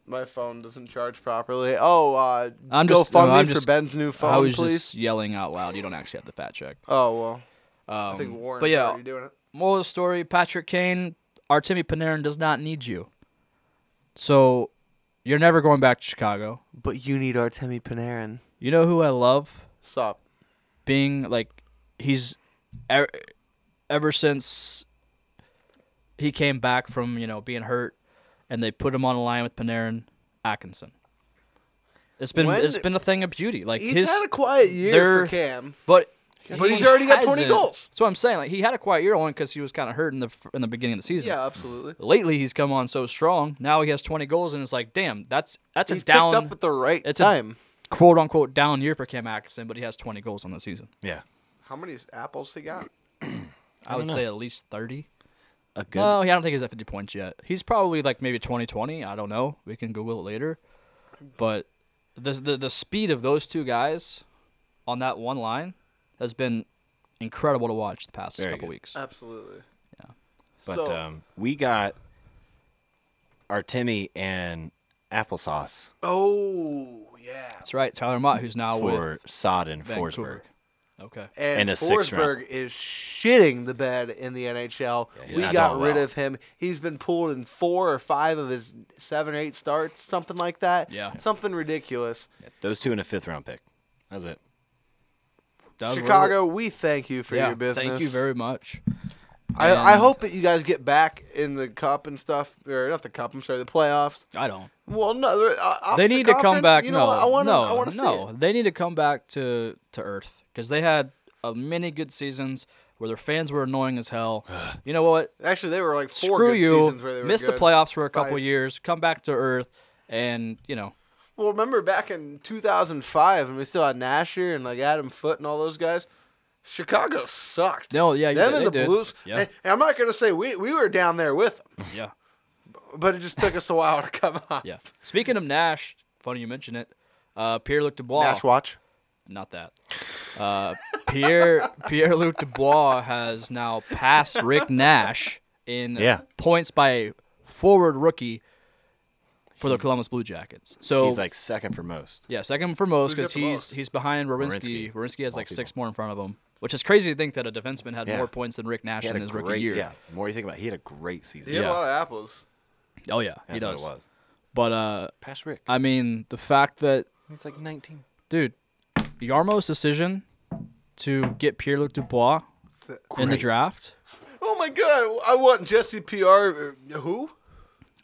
Speaker 4: My phone doesn't charge properly. Oh, uh,
Speaker 2: I'm
Speaker 4: go
Speaker 2: just- no,
Speaker 4: fund me
Speaker 2: I'm
Speaker 4: for
Speaker 2: just-
Speaker 4: Ben's new phone,
Speaker 2: I was
Speaker 4: please.
Speaker 2: just yelling out loud. You don't actually have the fact check.
Speaker 4: Oh well,
Speaker 2: Um,
Speaker 4: I think Warren.
Speaker 2: but yeah,
Speaker 4: already doing it.
Speaker 2: moral of the story: Patrick Kane, Artemi Panarin does not need you. So, you're never going back to Chicago.
Speaker 4: But you need Artemi Panarin.
Speaker 2: You know who I love
Speaker 4: Stop.
Speaker 2: being like, he's er, ever since he came back from you know being hurt, and they put him on a line with Panarin, Atkinson. It's been
Speaker 4: When-
Speaker 2: it's been a thing of beauty. Like
Speaker 4: He's
Speaker 2: his
Speaker 4: had a quiet year
Speaker 2: their-
Speaker 4: for Cam.
Speaker 2: But
Speaker 4: But he's already got 20
Speaker 2: hasn't.
Speaker 4: goals.
Speaker 2: That's what I'm saying. Like he had a quiet year only because he was kind of hurt in the f- in the beginning of the season.
Speaker 4: Yeah, absolutely.
Speaker 2: Lately, he's come on so strong. Now he has 20 goals, and it's like, damn, that's that's
Speaker 4: He's
Speaker 2: a
Speaker 4: picked up
Speaker 2: down
Speaker 4: at the right
Speaker 2: it's a-
Speaker 4: time.
Speaker 2: quote unquote down year for Cam Atkinson, but he has 20 goals on the season.
Speaker 3: Yeah,
Speaker 4: How many apples he got?
Speaker 2: I, would say at least 30.
Speaker 3: a good.
Speaker 2: No, yeah, I don't think he's at 50 points yet. He's probably like maybe 20 20. I don't know. We can Google it later. But the the, the speed of those two guys on that one line has been incredible to watch the past
Speaker 3: Very
Speaker 2: couple
Speaker 3: good.
Speaker 2: weeks.
Speaker 4: Absolutely. Yeah.
Speaker 3: but um, we got our Timmy and applesauce
Speaker 4: oh yeah,
Speaker 2: That's right, Tyler Mott, who's now Oh, with
Speaker 3: for Sod and Forsberg.
Speaker 2: Vancouver. Okay.
Speaker 4: and,
Speaker 3: and a sixth round.
Speaker 4: Forsberg is shitting the bed in the NHL.
Speaker 3: he's
Speaker 4: we
Speaker 3: not
Speaker 4: got
Speaker 3: doing
Speaker 4: rid
Speaker 3: well.
Speaker 4: of him. He's been pulled in four or five of his seven or eight starts, something like that.
Speaker 2: Yeah.
Speaker 4: something ridiculous.
Speaker 3: Those two in a fifth round pick. That's it.
Speaker 2: Doug, we're-
Speaker 4: Chicago, we thank you for
Speaker 2: yeah,
Speaker 4: your business.
Speaker 2: Thank you very much.
Speaker 4: I, I
Speaker 2: and-
Speaker 4: hope that you guys get back in the cup and stuff, or not the cup. I'm sorry, the playoffs.
Speaker 2: I don't.
Speaker 4: Well, no, they're, uh,
Speaker 2: They
Speaker 4: opposite
Speaker 2: need to come
Speaker 4: conference,
Speaker 2: back.
Speaker 4: You know
Speaker 2: no,
Speaker 4: what? I want to.
Speaker 2: no,
Speaker 4: I want to
Speaker 2: no.
Speaker 4: see. it.
Speaker 2: They need to come back to to Earth because they had uh, many good seasons where their fans were annoying as hell. you know what?
Speaker 4: Actually, they were like four
Speaker 2: Screw
Speaker 4: good
Speaker 2: you.
Speaker 4: seasons where they were
Speaker 2: Missed
Speaker 4: good.
Speaker 2: the playoffs for a couple
Speaker 4: Five.
Speaker 2: years. Come back to Earth, and you know,
Speaker 4: Well, remember back in 2005, and we still had Nasher and like Adam Foote and all those guys. Chicago sucked.
Speaker 2: No, yeah, you
Speaker 4: them
Speaker 2: did-
Speaker 4: and
Speaker 2: they
Speaker 4: the
Speaker 2: did.
Speaker 4: Blues.
Speaker 2: Yeah.
Speaker 4: And, and I'm not gonna say we we were down there with them,
Speaker 2: yeah,
Speaker 4: but it just took us a while to come up.
Speaker 2: Yeah. Speaking of Nash, funny you mention it. Uh, Pierre Luc Dubois.
Speaker 4: Nash watch.
Speaker 2: not that. Uh, Pierre Pierre Luc Dubois has now passed Rick Nash in
Speaker 3: Yeah.
Speaker 2: points by forward rookie for the Columbus Blue Jackets. So
Speaker 3: He's like second for most.
Speaker 2: yeah, second for most
Speaker 4: Who's
Speaker 2: because
Speaker 4: got the
Speaker 2: he's
Speaker 4: most?
Speaker 2: he's behind Warinsky.
Speaker 3: Werenski.
Speaker 2: Warinsky has
Speaker 3: All
Speaker 2: like six
Speaker 3: people.
Speaker 2: more in front of him, which is crazy to think that a defenseman had
Speaker 3: Yeah.
Speaker 2: more points than Rick Nash
Speaker 3: He had
Speaker 2: in
Speaker 3: a
Speaker 2: his
Speaker 3: great,
Speaker 2: rookie year.
Speaker 3: Yeah. The more you think about it, he had a great season.
Speaker 4: He had
Speaker 2: Yeah.
Speaker 4: a lot of apples.
Speaker 2: Oh yeah, he
Speaker 3: That's what
Speaker 2: does.
Speaker 3: it was.
Speaker 2: But uh,
Speaker 3: Past Rick.
Speaker 2: I mean, the fact that
Speaker 3: He's like 19.
Speaker 2: dude, Yarmo's decision to get Pierre Luc Dubois in the
Speaker 3: Great.
Speaker 2: draft.
Speaker 4: Oh my god! I want Jesse PR. uh, Who?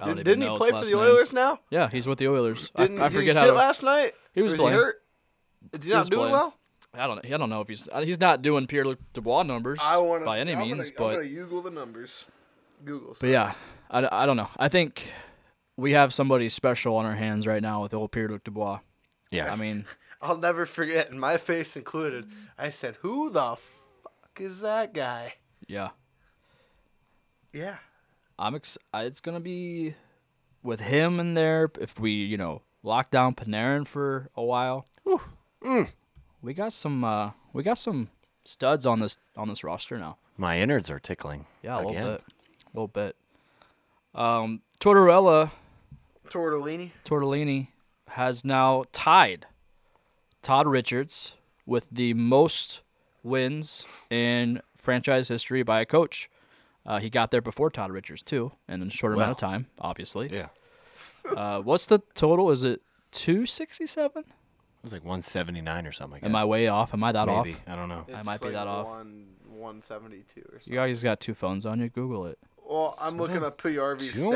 Speaker 2: I don't
Speaker 4: Did,
Speaker 2: even
Speaker 4: didn't
Speaker 2: know
Speaker 4: he
Speaker 2: his
Speaker 4: play for
Speaker 2: last
Speaker 4: the
Speaker 2: name.
Speaker 4: Oilers now?
Speaker 2: Yeah, he's with the Oilers. I,
Speaker 4: Didn't
Speaker 2: I
Speaker 4: did
Speaker 2: forget
Speaker 4: he
Speaker 2: how.
Speaker 4: sit
Speaker 2: To,
Speaker 4: last night?
Speaker 2: He was
Speaker 4: Or is
Speaker 2: playing.
Speaker 4: hurt? Did he
Speaker 2: was
Speaker 4: not do
Speaker 2: playing.
Speaker 4: well?
Speaker 2: I don't. I don't know if he's. uh, He's not doing Pierre Luc Dubois numbers
Speaker 4: I want to
Speaker 2: by any
Speaker 4: I'm
Speaker 2: means,
Speaker 4: gonna,
Speaker 2: but
Speaker 4: I'm gonna Google the numbers. Google.
Speaker 2: but yeah, I, d- I don't know. I think we have somebody special on our hands right now with old Pierre Luc Dubois.
Speaker 3: Yeah.
Speaker 2: I mean,
Speaker 4: I'll never forget, and my face included.
Speaker 2: Mm-hmm.
Speaker 4: I said, "Who the fuck is that guy?"
Speaker 2: yeah,
Speaker 4: Yeah.
Speaker 2: I'm. Ex- I- it's gonna be with him in there if we you know lock down Panarin for a while.
Speaker 4: Mm.
Speaker 2: We got some. Uh, we got some studs on this on this roster now.
Speaker 3: my innards are tickling.
Speaker 2: Yeah, a little
Speaker 3: again.
Speaker 2: bit, a little bit. Um, Tortorella
Speaker 4: Tortellini.
Speaker 2: Tortellini has now tied Todd Richards with the most wins in franchise history by a coach. Uh, he got there before Todd Richards too, and in a short amount of time, obviously.
Speaker 3: Yeah.
Speaker 2: Uh, what's the total? Is it two sixty seven?
Speaker 3: It was like 179 or something. Like
Speaker 2: Am
Speaker 3: that.
Speaker 2: I way off? Am I that
Speaker 3: Maybe.
Speaker 2: off?
Speaker 3: I don't know.
Speaker 2: I might be that off.
Speaker 4: One one seventy two or something.
Speaker 2: You always got two phones on you. Google it.
Speaker 4: Well, I'm looking up PRV's
Speaker 3: doing,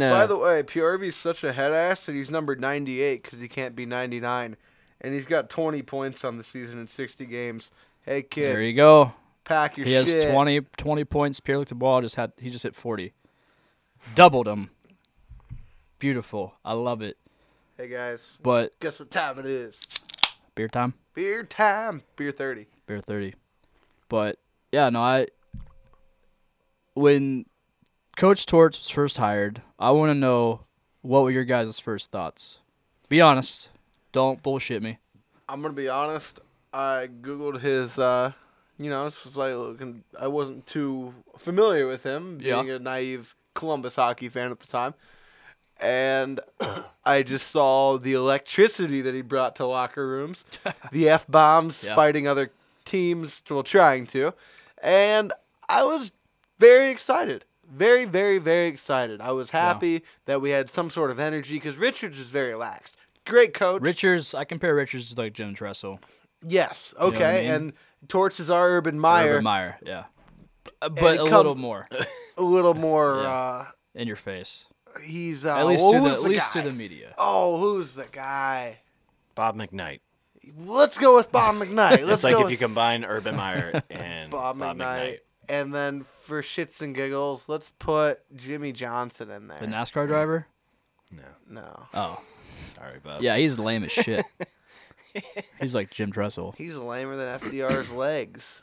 Speaker 4: stats.
Speaker 3: uh,
Speaker 4: By the way, PRV's such a head ass that he's number 98 because he can't be 99, and he's got 20 points on the season in 60 games. Hey
Speaker 2: There
Speaker 4: kid,
Speaker 2: you go.
Speaker 4: pack your
Speaker 2: He has
Speaker 4: shit.
Speaker 2: 20, 20 points. Pierre Luc Dubois just had he just hit forty, doubled him. Beautiful. I love it.
Speaker 4: Hey guys,
Speaker 2: But
Speaker 4: guess what time it is?
Speaker 2: beer time.
Speaker 4: Beer time. Beer 30.
Speaker 2: Beer 30. But yeah, no, I when Coach Torts was first hired, I want to know what were your guys' first thoughts? Be honest. Don't bullshit me.
Speaker 4: I'm gonna be honest. I googled his. uh You know, it's just like looking. I wasn't too familiar with him,
Speaker 2: Yeah.
Speaker 4: being a naive Columbus hockey fan at the time, and I just saw the electricity that he brought to locker rooms, the f bombs,
Speaker 2: Yeah.
Speaker 4: fighting other teams, well, trying to, and I was very excited. Very, very, very excited. I was happy that we had some sort of energy because Richards is very laxed. Great coach.
Speaker 2: Richards, I compare Richards to like Jim Tressel.
Speaker 4: Yes.
Speaker 2: what
Speaker 4: Okay.
Speaker 2: I mean?
Speaker 4: And Torch is our Urban Meyer,
Speaker 2: Urban Meyer, yeah. Uh,
Speaker 4: it
Speaker 2: But a
Speaker 4: come-
Speaker 2: little more
Speaker 4: a little more.
Speaker 2: in your face.
Speaker 4: uh He's uh,
Speaker 2: At least
Speaker 4: well,
Speaker 2: to the,
Speaker 4: who's
Speaker 2: at
Speaker 4: the
Speaker 2: least
Speaker 4: guy?
Speaker 2: to the media.
Speaker 4: Oh, who's the guy?
Speaker 3: Bob McKnight.
Speaker 4: Let's go with Bob McKnight. Let's
Speaker 3: It's like
Speaker 4: go
Speaker 3: if
Speaker 4: with
Speaker 3: you combine Urban Meyer and
Speaker 4: Bob, McKnight. And then for shits and giggles, let's put Jimmy Johnson in there.
Speaker 2: The NASCAR driver?
Speaker 4: no,
Speaker 2: Oh.
Speaker 3: Sorry, Bob.
Speaker 2: Yeah, he's lame as shit. he's like Jim Tressel.
Speaker 4: he's lamer than FDR's legs.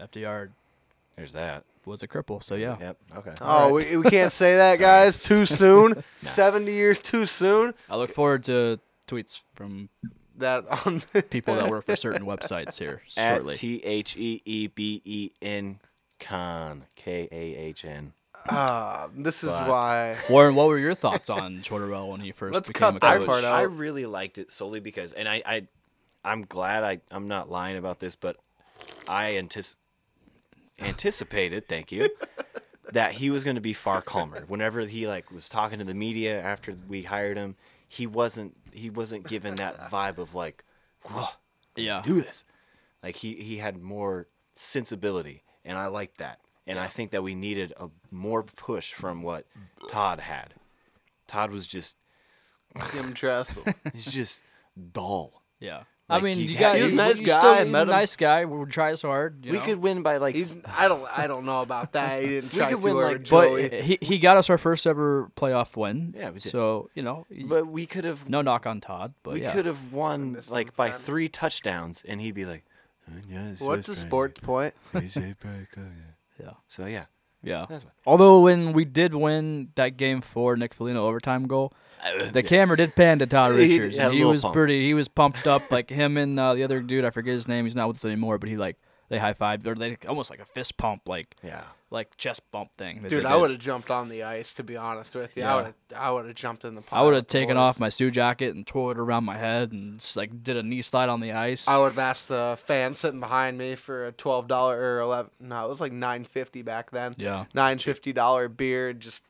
Speaker 2: FDR
Speaker 3: There's that.
Speaker 2: was a cripple, so yeah.
Speaker 3: Yep. Okay.
Speaker 4: Oh, we, we can't say that, guys. Too soon. Seventy years too soon.
Speaker 2: I look forward to tweets from
Speaker 4: That on.
Speaker 2: people that work for certain websites here
Speaker 3: At
Speaker 2: shortly.
Speaker 3: T H E E B E N Con. K A H N.
Speaker 4: Ah, this is
Speaker 3: Fuck.
Speaker 4: why.
Speaker 2: Warren, what were your thoughts on Tortorella when he 1st
Speaker 4: Let's
Speaker 2: became
Speaker 4: cut
Speaker 2: a
Speaker 4: that
Speaker 2: coach?
Speaker 4: part out.
Speaker 3: I really liked it solely because, and I, I I'm glad I, I'm not lying about this, but I antici- anticipated, thank you, that he was going to be far calmer. Whenever he like was talking to the media after we hired him, he wasn't, he wasn't given that vibe of like, "Whoa,
Speaker 2: Yeah.
Speaker 3: do this. Like he, he had more sensibility, and I liked that. And I think that we needed a more push from what Todd had. Todd was just
Speaker 4: Jim Tressel.
Speaker 3: He's just dull.
Speaker 2: Yeah. I
Speaker 3: Like,
Speaker 2: mean,
Speaker 3: he
Speaker 2: you
Speaker 3: had-
Speaker 2: got
Speaker 4: he was
Speaker 2: you-
Speaker 4: a nice
Speaker 2: you
Speaker 4: guy,
Speaker 2: Still,
Speaker 4: I
Speaker 2: he's
Speaker 4: met
Speaker 2: a
Speaker 4: him.
Speaker 2: nice guy. We tries hard. You
Speaker 3: We
Speaker 2: know?
Speaker 3: could win by like
Speaker 4: He's, I don't I don't know about that. He didn't try
Speaker 3: could
Speaker 4: too
Speaker 3: win,
Speaker 4: hard,
Speaker 3: like,
Speaker 2: but
Speaker 4: Joey.
Speaker 2: he, he got us our first ever playoff win.
Speaker 3: Yeah, we did.
Speaker 2: So you know, y-
Speaker 3: but we could have
Speaker 2: no knock on Todd, but
Speaker 3: we
Speaker 2: yeah.
Speaker 3: could have won
Speaker 4: missed
Speaker 3: like
Speaker 4: some
Speaker 3: by
Speaker 4: time.
Speaker 3: three touchdowns and he'd be like, "Uh, yeah, it's
Speaker 4: What's a
Speaker 3: just
Speaker 4: sports point?
Speaker 5: He's a breaker.
Speaker 2: yeah.
Speaker 3: right." So yeah.
Speaker 2: Yeah.
Speaker 3: That's what-
Speaker 2: Although when we did win that game for Nick Foligno overtime goal, the camera did pan to Todd
Speaker 3: He-
Speaker 2: Richards,
Speaker 3: he had
Speaker 2: and
Speaker 3: a
Speaker 2: he
Speaker 3: little
Speaker 2: was
Speaker 3: pump.
Speaker 2: pretty. He was pumped up, like him and uh, the other dude. I forget his name. He's not with us anymore, but he like they high fived or they almost like a fist pump, like
Speaker 3: Yeah.
Speaker 2: like chest bump thing. that
Speaker 4: Dude,
Speaker 2: they
Speaker 4: I
Speaker 2: did.
Speaker 4: would have jumped on the ice to be honest with you.
Speaker 2: Yeah.
Speaker 4: I would have I would have jumped in the pile.
Speaker 2: I would have
Speaker 4: with the
Speaker 2: taken
Speaker 4: boys.
Speaker 2: off my suit jacket and tore it around my head and just, like did a knee slide on the ice.
Speaker 4: I would have asked the fan sitting behind me for a twelve dollar or eleven. No, it was like nine fifty back then.
Speaker 2: Yeah.
Speaker 4: nine fifty dollar beer, and just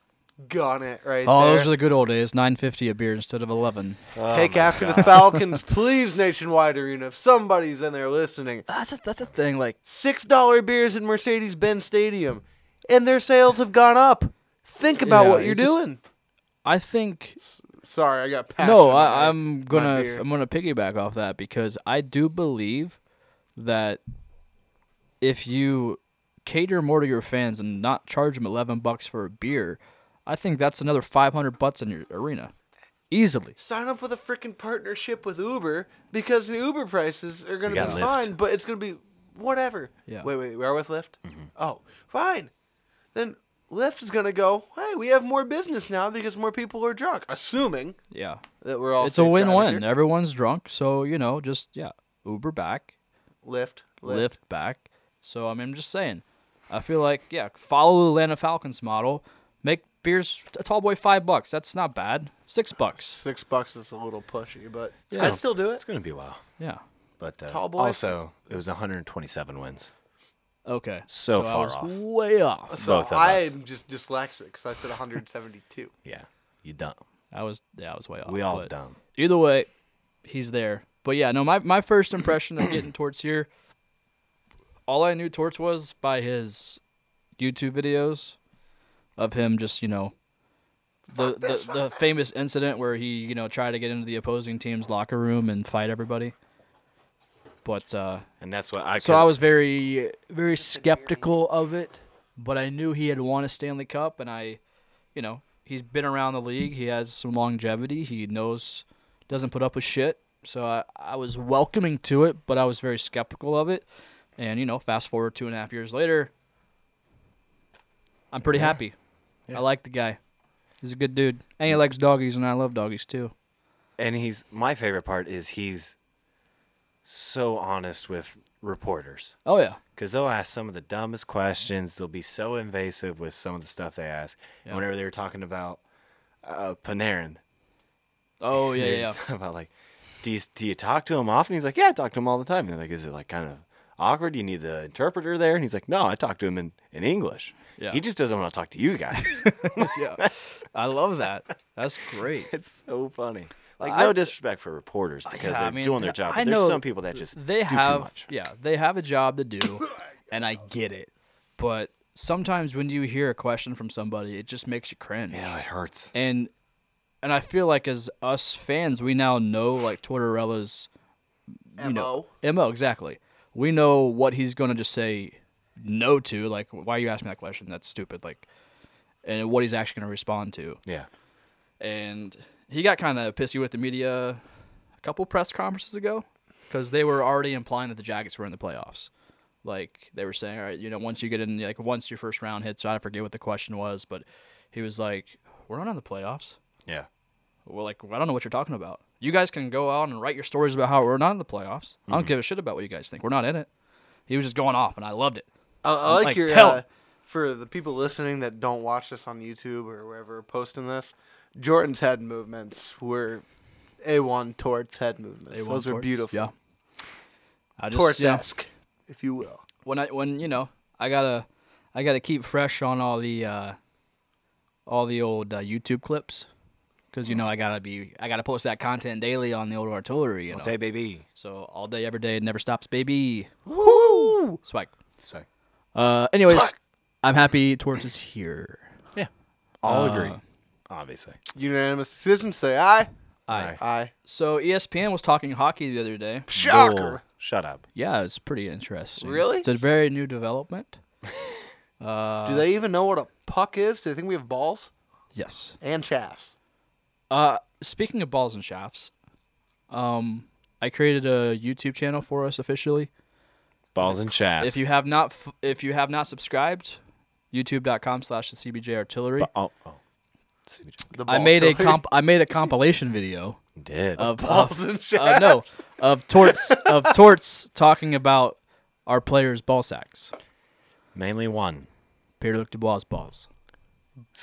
Speaker 4: gun it right
Speaker 2: oh,
Speaker 4: there.
Speaker 2: those are the good old days. Nine fifty a beer instead of eleven.
Speaker 3: Oh
Speaker 4: Take
Speaker 3: my
Speaker 4: after the
Speaker 3: God.
Speaker 4: Falcons, please, Nationwide Arena. If somebody's in there listening,
Speaker 2: That's a, that's a thing. Like
Speaker 4: six dollar beers in Mercedes-Benz Stadium, and their sales have gone up. Think about
Speaker 2: Yeah,
Speaker 4: what you're
Speaker 2: you just-
Speaker 4: doing.
Speaker 2: I think
Speaker 4: Sorry, I got passionate.
Speaker 2: no,
Speaker 4: there.
Speaker 2: I, I'm gonna
Speaker 4: beer.
Speaker 2: I'm gonna piggyback off that because I do believe that if you cater more to your fans and not charge them 11 bucks for a beer, I think that's another 500 butts in your arena, easily.
Speaker 4: sign up with a freaking partnership with Uber because the Uber prices are going to
Speaker 3: got
Speaker 4: be
Speaker 3: Lyft.
Speaker 4: fine, but it's going to be whatever.
Speaker 2: Yeah.
Speaker 4: Wait, wait, we are with Lyft? Oh, fine. Then Lyft is going to go, hey, we have more business now because more people are drunk, assuming
Speaker 2: Yeah,
Speaker 4: that we're all
Speaker 2: it's a
Speaker 4: safe drivers
Speaker 2: win-win.
Speaker 4: here.
Speaker 2: Everyone's drunk, so you know, just yeah, Uber back,
Speaker 4: Lyft, Lyft.
Speaker 2: Lyft back. So I mean, I'm just saying, I feel like yeah, follow the Atlanta Falcons model, make beers a tall boy five bucks. That's not bad. Six bucks.
Speaker 4: Six bucks is a little pushy, but
Speaker 3: gonna-
Speaker 4: I'd still do it.
Speaker 3: It's gonna be a while,
Speaker 2: Yeah.
Speaker 3: but uh,
Speaker 4: Tall boy.
Speaker 3: also it was 127 wins.
Speaker 2: Okay.
Speaker 3: So
Speaker 2: I
Speaker 3: far
Speaker 2: was
Speaker 3: off.
Speaker 2: Way off.
Speaker 4: So
Speaker 3: Both of us.
Speaker 4: I'm just dyslexic, so I said 172.
Speaker 3: Yeah, you dumb.
Speaker 2: I was yeah, I was way off.
Speaker 3: We all
Speaker 2: Uh, but
Speaker 3: dumb.
Speaker 2: Either way, he's there. But yeah, no, my, my first impression of getting Torts here, all I knew Torts was by his YouTube videos of him just, you know, the, the, the famous incident where he, you know, tried to get into the opposing team's locker room and fight everybody. But uh,
Speaker 3: And that's what I.
Speaker 2: So I was very, very skeptical of it, but I knew he had won a Stanley Cup, and I, you know, he's been around the league. He has some longevity. He knows, doesn't put up with shit. So I, I was welcoming to it, but I was very skeptical of it. And you know, fast forward two and a half years later, I'm pretty happy. I like the guy. He's a good dude, and he likes doggies, and I love doggies too.
Speaker 3: and he's my favorite part is he's so honest with reporters
Speaker 2: Oh yeah,
Speaker 3: because they'll ask some of the dumbest questions. They'll be so invasive with some of the stuff they ask. And whenever they were talking about uh, Panarin,
Speaker 2: oh yeah,
Speaker 3: they're
Speaker 2: yeah.
Speaker 3: just talking about like, do you do you talk to him often? He's like, yeah, I talk to him all the time. And they're like, is it like kind of awkward? Do you need the interpreter there? And he's like, no, I talk to him in in English.
Speaker 2: Yeah.
Speaker 3: He just doesn't want to talk to you guys.
Speaker 2: yeah. I love that. That's great.
Speaker 3: it's so funny. Like
Speaker 2: I- Uh,
Speaker 3: no disrespect for reporters because
Speaker 2: Yeah,
Speaker 3: they're
Speaker 2: I mean,
Speaker 3: doing their
Speaker 2: th-
Speaker 3: job.
Speaker 2: I
Speaker 3: But there's
Speaker 2: know
Speaker 3: some people that just
Speaker 2: they
Speaker 3: do
Speaker 2: have
Speaker 3: too much.
Speaker 2: yeah they have a job to do and i get it but sometimes when you hear a question from somebody it just makes you cringe
Speaker 3: Yeah, it hurts.
Speaker 2: and and i feel like as us fans we now know like tortorella's
Speaker 4: MO.
Speaker 2: mo exactly we know what he's going to just say no to like why you ask me that question that's stupid like and what he's actually going to respond to
Speaker 3: Yeah.
Speaker 2: and he got kind of pissy with the media a couple press conferences ago because they were already implying that the Jackets were in the playoffs. Like they were saying, all right, you know, once you get in, like once your first round hits, I forget what the question was, but he was like, "We're not in the playoffs."
Speaker 3: Yeah.
Speaker 2: Well, like I don't know what you're talking about. You guys can go out and write your stories about how we're not in the playoffs. I
Speaker 4: Mm-hmm.
Speaker 2: don't give a shit about what you guys think. We're not in it. He was just going off, and I loved it.
Speaker 4: I, I like,
Speaker 2: Like,
Speaker 4: your
Speaker 2: tell
Speaker 4: uh,
Speaker 2: 'em.
Speaker 4: for the people listening that don't watch this on YouTube or wherever posting this. Jordan's head movements were a one towards head movements.
Speaker 2: A1
Speaker 4: Those were
Speaker 2: Torts,
Speaker 4: beautiful,
Speaker 2: Yeah. I just
Speaker 4: torts
Speaker 2: yeah,
Speaker 4: esque, if you will.
Speaker 2: when I when you know I gotta I gotta keep fresh on all the uh, all the old uh, YouTube clips because you know I gotta be I gotta post that content daily on the old artillery. You know?
Speaker 3: Hey, baby.
Speaker 2: So all day, every day, it never stops, baby.
Speaker 4: Woo!
Speaker 2: Swag.
Speaker 3: Sorry.
Speaker 2: Uh, anyways, I'm happy Torch is here.
Speaker 3: Yeah. All agree.
Speaker 2: Uh,
Speaker 3: Obviously.
Speaker 4: Unanimous decision. Say aye.
Speaker 2: Aye.
Speaker 4: Aye.
Speaker 2: So E ESPN was talking hockey the other day.
Speaker 4: Shocker.
Speaker 3: Bull. Shut up.
Speaker 2: Yeah, it's pretty interesting.
Speaker 4: Really?
Speaker 2: It's a very new development. Uh,
Speaker 4: Do they even know what a puck is? Do they think we have balls
Speaker 2: Yes.
Speaker 4: and shafts?
Speaker 2: Uh, speaking of balls and shafts, um, I created a YouTube channel for us officially.
Speaker 3: Balls and shafts.
Speaker 2: If you have not, f- if you have not subscribed, youtube.com slash the CBJ Artillery.
Speaker 3: But, oh, oh. See what you
Speaker 4: The
Speaker 2: I
Speaker 4: ball
Speaker 2: made a
Speaker 4: killer.
Speaker 2: comp. I made a compilation video
Speaker 3: did.
Speaker 2: of,
Speaker 4: balls
Speaker 2: of
Speaker 4: and
Speaker 2: uh, no of torts of torts talking about our players' ball sacks.
Speaker 3: Mainly one.
Speaker 2: Pierre Luc Dubois' balls.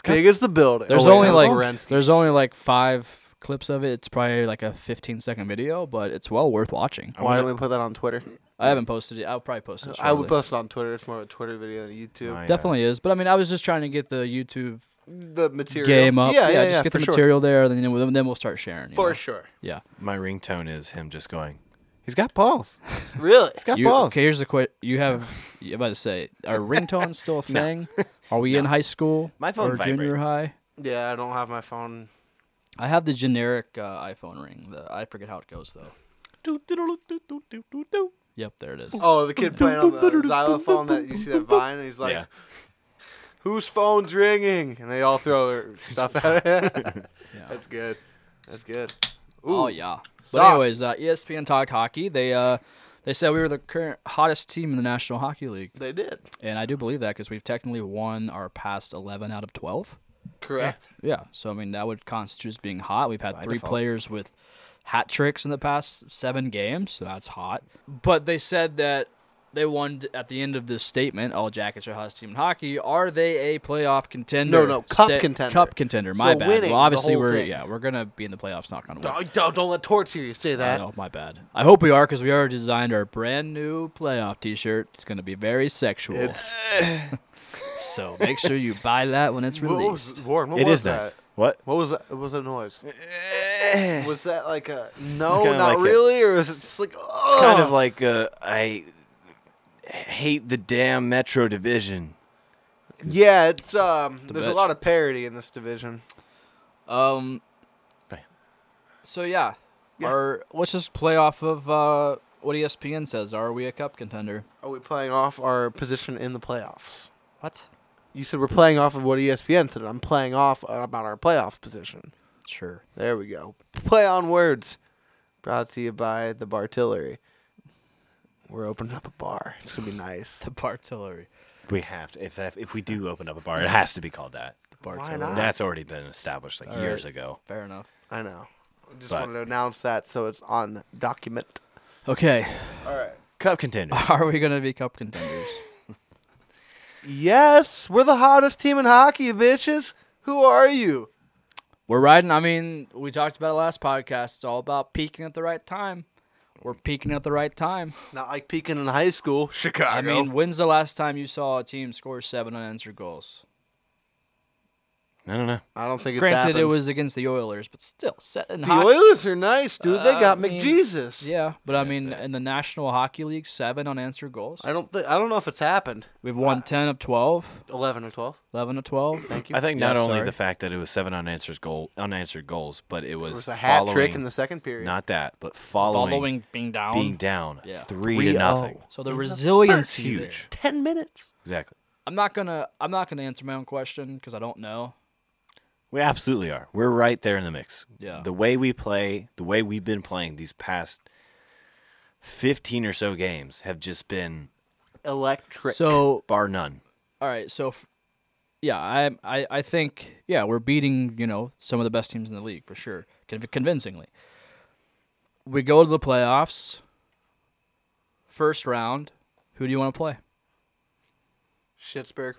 Speaker 4: big as the building.
Speaker 2: There's
Speaker 4: Oh, wait,
Speaker 2: only
Speaker 4: no,
Speaker 2: like
Speaker 4: Wierenski.
Speaker 2: there's only like five clips of it. It's probably like a 15 second video, but it's well worth watching.
Speaker 4: Why don't we put that on Twitter?
Speaker 2: I haven't posted it. I'll probably post it. Shortly.
Speaker 4: I would post it on Twitter. It's more of a Twitter video than YouTube.
Speaker 3: Oh, yeah.
Speaker 2: Definitely is, but I mean, I was just trying to get the YouTube
Speaker 4: The material
Speaker 2: game up.
Speaker 4: Yeah, yeah,
Speaker 2: just get the
Speaker 4: for sure.
Speaker 2: material there, then then then we'll start sharing. you know?
Speaker 4: For sure.
Speaker 2: Yeah.
Speaker 3: My ringtone is him just going, he's got balls.
Speaker 4: Really?
Speaker 3: He's got
Speaker 2: You,
Speaker 3: balls.
Speaker 2: okay, here's the question. You have you about to say, are ringtones still a thing? Are we in high school?
Speaker 3: My phone
Speaker 2: or junior
Speaker 3: vibrates.
Speaker 2: high.
Speaker 4: Yeah, I don't have my phone.
Speaker 2: I have the generic uh, iPhone ring. The, I forget how it goes though. Yep, there it is.
Speaker 4: Oh, the kid playing on the xylophone that you see that vine, and he's like,
Speaker 3: yeah.
Speaker 4: "Whose phone's ringing?" And they all throw their stuff at it.
Speaker 2: Yeah.
Speaker 4: That's good. That's good.
Speaker 2: Oh
Speaker 4: Ooh.
Speaker 2: yeah. But
Speaker 4: Sauce.
Speaker 2: anyways, uh, ESPN talked hockey. They uh, they said we were the current hottest team in the National Hockey League,
Speaker 4: They did.
Speaker 2: and I do believe that because we've technically won our past eleven out of twelve.
Speaker 4: Correct.
Speaker 2: Yeah. So I mean, that would constitute as being hot. We've had three
Speaker 3: default.
Speaker 2: players with hat tricks in the past seven games, so that's hot. But they said that they won at the end of this statement. All Jackets are hottest team in hockey. Are they a playoff contender?
Speaker 4: No, no, cup contender.
Speaker 2: Cup contender. My
Speaker 4: So
Speaker 2: bad.
Speaker 4: winning
Speaker 2: well,
Speaker 4: the
Speaker 2: obviously
Speaker 4: whole
Speaker 2: we're
Speaker 4: thing.
Speaker 2: yeah we're gonna be in the playoffs. Not gonna win.
Speaker 4: Don't, don't, don't let Torts hear you say
Speaker 2: I
Speaker 4: that.
Speaker 2: know, my bad. I hope we are because we already designed our brand new playoff T-shirt. It's gonna be very sexual.
Speaker 4: It's-
Speaker 2: so make sure you buy that when it's
Speaker 4: What was,
Speaker 2: released.
Speaker 4: Warren, what
Speaker 3: It
Speaker 4: was
Speaker 3: is
Speaker 4: that?
Speaker 3: nice. What?
Speaker 4: What was that? What was that noise? was that like a no,
Speaker 3: kinda
Speaker 4: not
Speaker 3: like a-
Speaker 4: really, or was it just like oh,
Speaker 3: It's kind of like uh, I hate the damn Metro Division.
Speaker 4: yeah? It's um. there's
Speaker 2: bitch.
Speaker 4: a lot of parody in this division.
Speaker 2: Um.
Speaker 3: Bam.
Speaker 2: So yeah,
Speaker 4: Yeah.
Speaker 2: Our, let's just play off of uh, what ESPN says. Are we a cup contender?
Speaker 4: Are we playing off our position in the playoffs?
Speaker 2: What?
Speaker 4: You said we're playing off of what E ESPN said. I'm playing off uh, about our playoff position.
Speaker 2: Sure.
Speaker 4: There we go. Play on words. Brought to you by the Bartillery. We're opening up a bar. It's gonna be nice.
Speaker 2: The Bartillery.
Speaker 3: We have to. If that, if we do open up a bar, it has to be called that.
Speaker 2: The Bartillery.
Speaker 4: not?
Speaker 3: That's already been established like
Speaker 2: All
Speaker 3: years
Speaker 2: right.
Speaker 3: ago.
Speaker 2: Fair enough.
Speaker 4: I know. I just
Speaker 3: But-
Speaker 4: wanted to announce that so it's on document.
Speaker 2: Okay.
Speaker 4: All right.
Speaker 3: Cup contender.
Speaker 2: Are we gonna be cup contenders?
Speaker 4: Yes, we're the hottest team in hockey, bitches. Who are you?
Speaker 2: We're riding. I mean, we talked about it last podcast. It's all about peaking at the right time. We're peaking at the right time.
Speaker 4: Not like peaking in high school, Chicago.
Speaker 2: I mean, when's the last time you saw a team score seven unanswered goals?
Speaker 3: I don't know.
Speaker 4: I don't think it's
Speaker 2: Granted,
Speaker 4: happened.
Speaker 2: it was against the Oilers, but still, set in
Speaker 4: the
Speaker 2: hockey.
Speaker 4: Oilers are nice, dude. they
Speaker 2: Uh,
Speaker 4: got
Speaker 2: I mean,
Speaker 4: McJesus.
Speaker 2: Yeah, but I mean,
Speaker 3: it.
Speaker 2: in the National Hockey League, seven unanswered goals.
Speaker 4: I don't think I don't know if it's happened.
Speaker 2: We've won 10 of 12,
Speaker 4: Eleven or twelve.
Speaker 2: 11 of 12.
Speaker 4: Thank you.
Speaker 3: I think
Speaker 2: Yeah,
Speaker 3: not only
Speaker 2: sorry.
Speaker 3: the fact that it was seven unanswered goal unanswered goals, but it was,
Speaker 4: There was a hat trick
Speaker 3: following-
Speaker 4: in the second period.
Speaker 3: not that, but following,
Speaker 2: Following being down.
Speaker 3: being down
Speaker 2: Yeah. oh.
Speaker 3: three to nothing.
Speaker 2: so the resiliency
Speaker 3: huge.
Speaker 2: huge.
Speaker 4: Ten minutes.
Speaker 3: Exactly.
Speaker 2: I'm not gonna I'm not gonna answer my own question because I don't know.
Speaker 3: We absolutely are. We're right there in the mix.
Speaker 2: Yeah.
Speaker 3: The way we play, the way we've been playing these past fifteen or so games have just been
Speaker 4: Electric.
Speaker 2: So
Speaker 3: bar none.
Speaker 2: all right, so f- yeah, I, I I think yeah we're beating you know some of the best teams in the league for sure, conv- convincingly. We go to the playoffs. First round, who do you want to play?
Speaker 4: Shittsburg.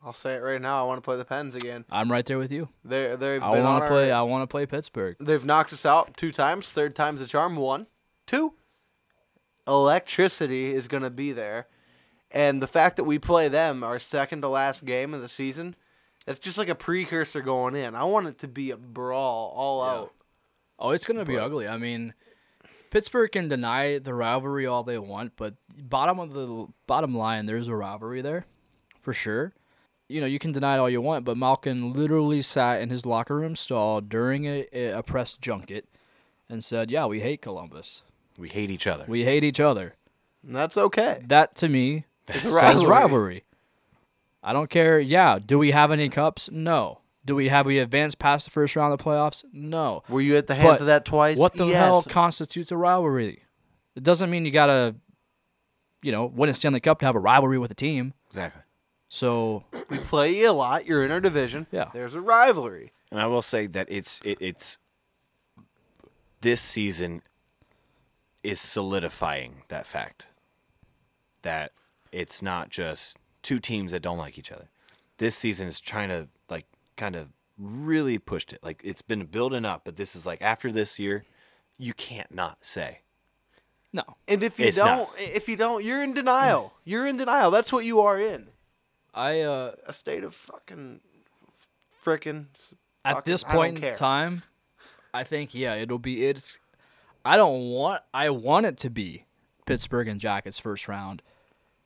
Speaker 4: I'll say it right now. I want to play the Pens again.
Speaker 2: I'm right there with you.
Speaker 4: They're they've
Speaker 2: I
Speaker 4: been on
Speaker 2: want to
Speaker 4: our-
Speaker 2: play. I want to play Pittsburgh.
Speaker 4: They've knocked us out two times. Third time's the charm. One, two. Electricity is going to be there, and the fact that we play them our second to last game of the season, that's just like a precursor going in. I want it to be a brawl, all out.
Speaker 2: Oh, it's gonna be ugly. I mean, Pittsburgh can deny the rivalry all they want, but bottom of the bottom line, there's a rivalry there, for sure. You know, you can deny it all you want, but Malkin literally sat in his locker room stall during a, a press junket and said, "Yeah, we hate Columbus.
Speaker 3: We hate each other.
Speaker 2: We hate each other."
Speaker 4: And that's okay.
Speaker 2: That to me
Speaker 4: It's a
Speaker 2: says
Speaker 4: rivalry.
Speaker 2: rivalry. I don't care. Yeah, do we have any cups? No. Do we have we advanced past the first round of the playoffs? No.
Speaker 4: Were you at the hands
Speaker 2: But
Speaker 4: of that twice?
Speaker 2: What the
Speaker 4: Yes.
Speaker 2: hell constitutes a rivalry? It doesn't mean you gotta, you know, win a Stanley Cup to have a rivalry with a team.
Speaker 3: Exactly.
Speaker 2: So
Speaker 4: We play you a lot. You're in our division.
Speaker 2: Yeah.
Speaker 4: There's a rivalry.
Speaker 3: And I will say that it's it, it's this season is solidifying that fact that it's not just two teams that don't like each other. This season is trying to like kind of really pushed it. Like it's been building up, but this is like after this year, you can't not say.
Speaker 2: no,
Speaker 4: And if you
Speaker 3: It's
Speaker 4: don't,
Speaker 3: not.
Speaker 4: if you don't, you're in denial. You're in denial. That's what you are in.
Speaker 2: I uh,
Speaker 4: A state of fucking, frickin'.
Speaker 2: at
Speaker 4: fucking-
Speaker 2: this
Speaker 4: I don't
Speaker 2: point in
Speaker 4: care.
Speaker 2: time, I think yeah, it'll be it's. I don't want. I want it to be Pittsburgh and Jackets first round,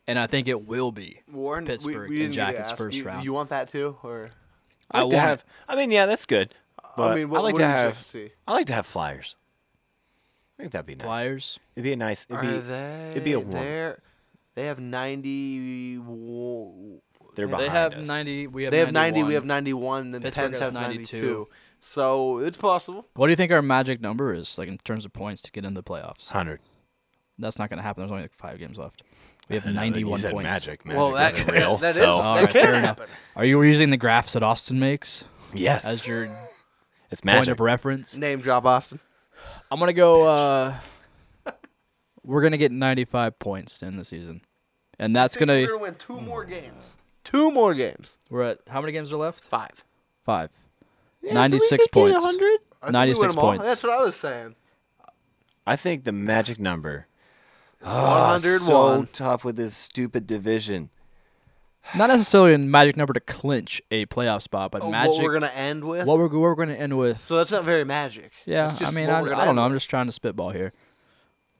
Speaker 2: and I think it will be.
Speaker 4: Warren, we-
Speaker 2: Pittsburgh
Speaker 4: we,
Speaker 2: and
Speaker 4: didn't get to
Speaker 2: Jackets
Speaker 4: ask.
Speaker 2: first
Speaker 4: You-
Speaker 2: round.
Speaker 4: You want that too, or
Speaker 3: I
Speaker 2: I
Speaker 3: like to
Speaker 2: want
Speaker 3: have.
Speaker 2: it.
Speaker 3: I mean, yeah, that's good. But I
Speaker 4: mean, what-
Speaker 3: like
Speaker 4: what
Speaker 3: to
Speaker 4: would you
Speaker 3: have.
Speaker 4: see?
Speaker 3: I like to have flyers. I think that'd be nice.
Speaker 2: Flyers.
Speaker 3: It'd be a nice. It'd
Speaker 4: are
Speaker 3: be.
Speaker 4: they?
Speaker 3: it'd be a warm.
Speaker 4: they're- They have ninety. wo-
Speaker 3: They're behind
Speaker 2: They have
Speaker 3: us.
Speaker 2: ninety. We have.
Speaker 4: They have ninety.
Speaker 2: 91.
Speaker 4: We have ninety-one. Then
Speaker 2: Pittsburgh
Speaker 4: Pens
Speaker 2: has
Speaker 4: have
Speaker 2: 92.
Speaker 4: ninety-two. So it's possible.
Speaker 2: What do you think our magic number is, like in terms of points to get into the playoffs?
Speaker 3: Hundred.
Speaker 2: That's not going to happen. There's only like five games left. We have
Speaker 3: I know that you
Speaker 2: 91
Speaker 3: said
Speaker 2: points.
Speaker 3: Magic. Magic
Speaker 4: Well, that-
Speaker 3: isn't real.
Speaker 4: that is-
Speaker 3: so.
Speaker 4: that
Speaker 2: All right,
Speaker 4: can
Speaker 2: fair enough.
Speaker 4: happen.
Speaker 2: Are you using the graphs that Austin makes
Speaker 3: yes,
Speaker 2: as your
Speaker 3: it's
Speaker 2: point
Speaker 3: magic.
Speaker 2: of reference?
Speaker 4: Name drop Austin.
Speaker 2: I'm gonna go. Uh, we're gonna get 95 points in the season, and that's gonna. Hmm.
Speaker 4: gonna win two more games. Two more games.
Speaker 2: We're at how many games are left?
Speaker 4: Five.
Speaker 2: Five. 96 points.
Speaker 4: I think we win
Speaker 2: 96
Speaker 4: them all.
Speaker 2: points.
Speaker 4: That's what I was saying.
Speaker 3: I think the magic number.
Speaker 2: Ah,
Speaker 4: One hundred one.
Speaker 3: So tough with this stupid division.
Speaker 2: Not necessarily a magic number to clinch a playoff spot, but magic.
Speaker 4: Oh, What we're gonna end with.
Speaker 2: what we're, what we're gonna end with.
Speaker 4: so that's not very magic.
Speaker 2: yeah,
Speaker 4: That's
Speaker 2: I
Speaker 4: just
Speaker 2: mean,
Speaker 4: what
Speaker 2: I,
Speaker 4: we're
Speaker 2: I
Speaker 4: gonna
Speaker 2: don't know.
Speaker 4: end
Speaker 2: I'm just trying to spitball here.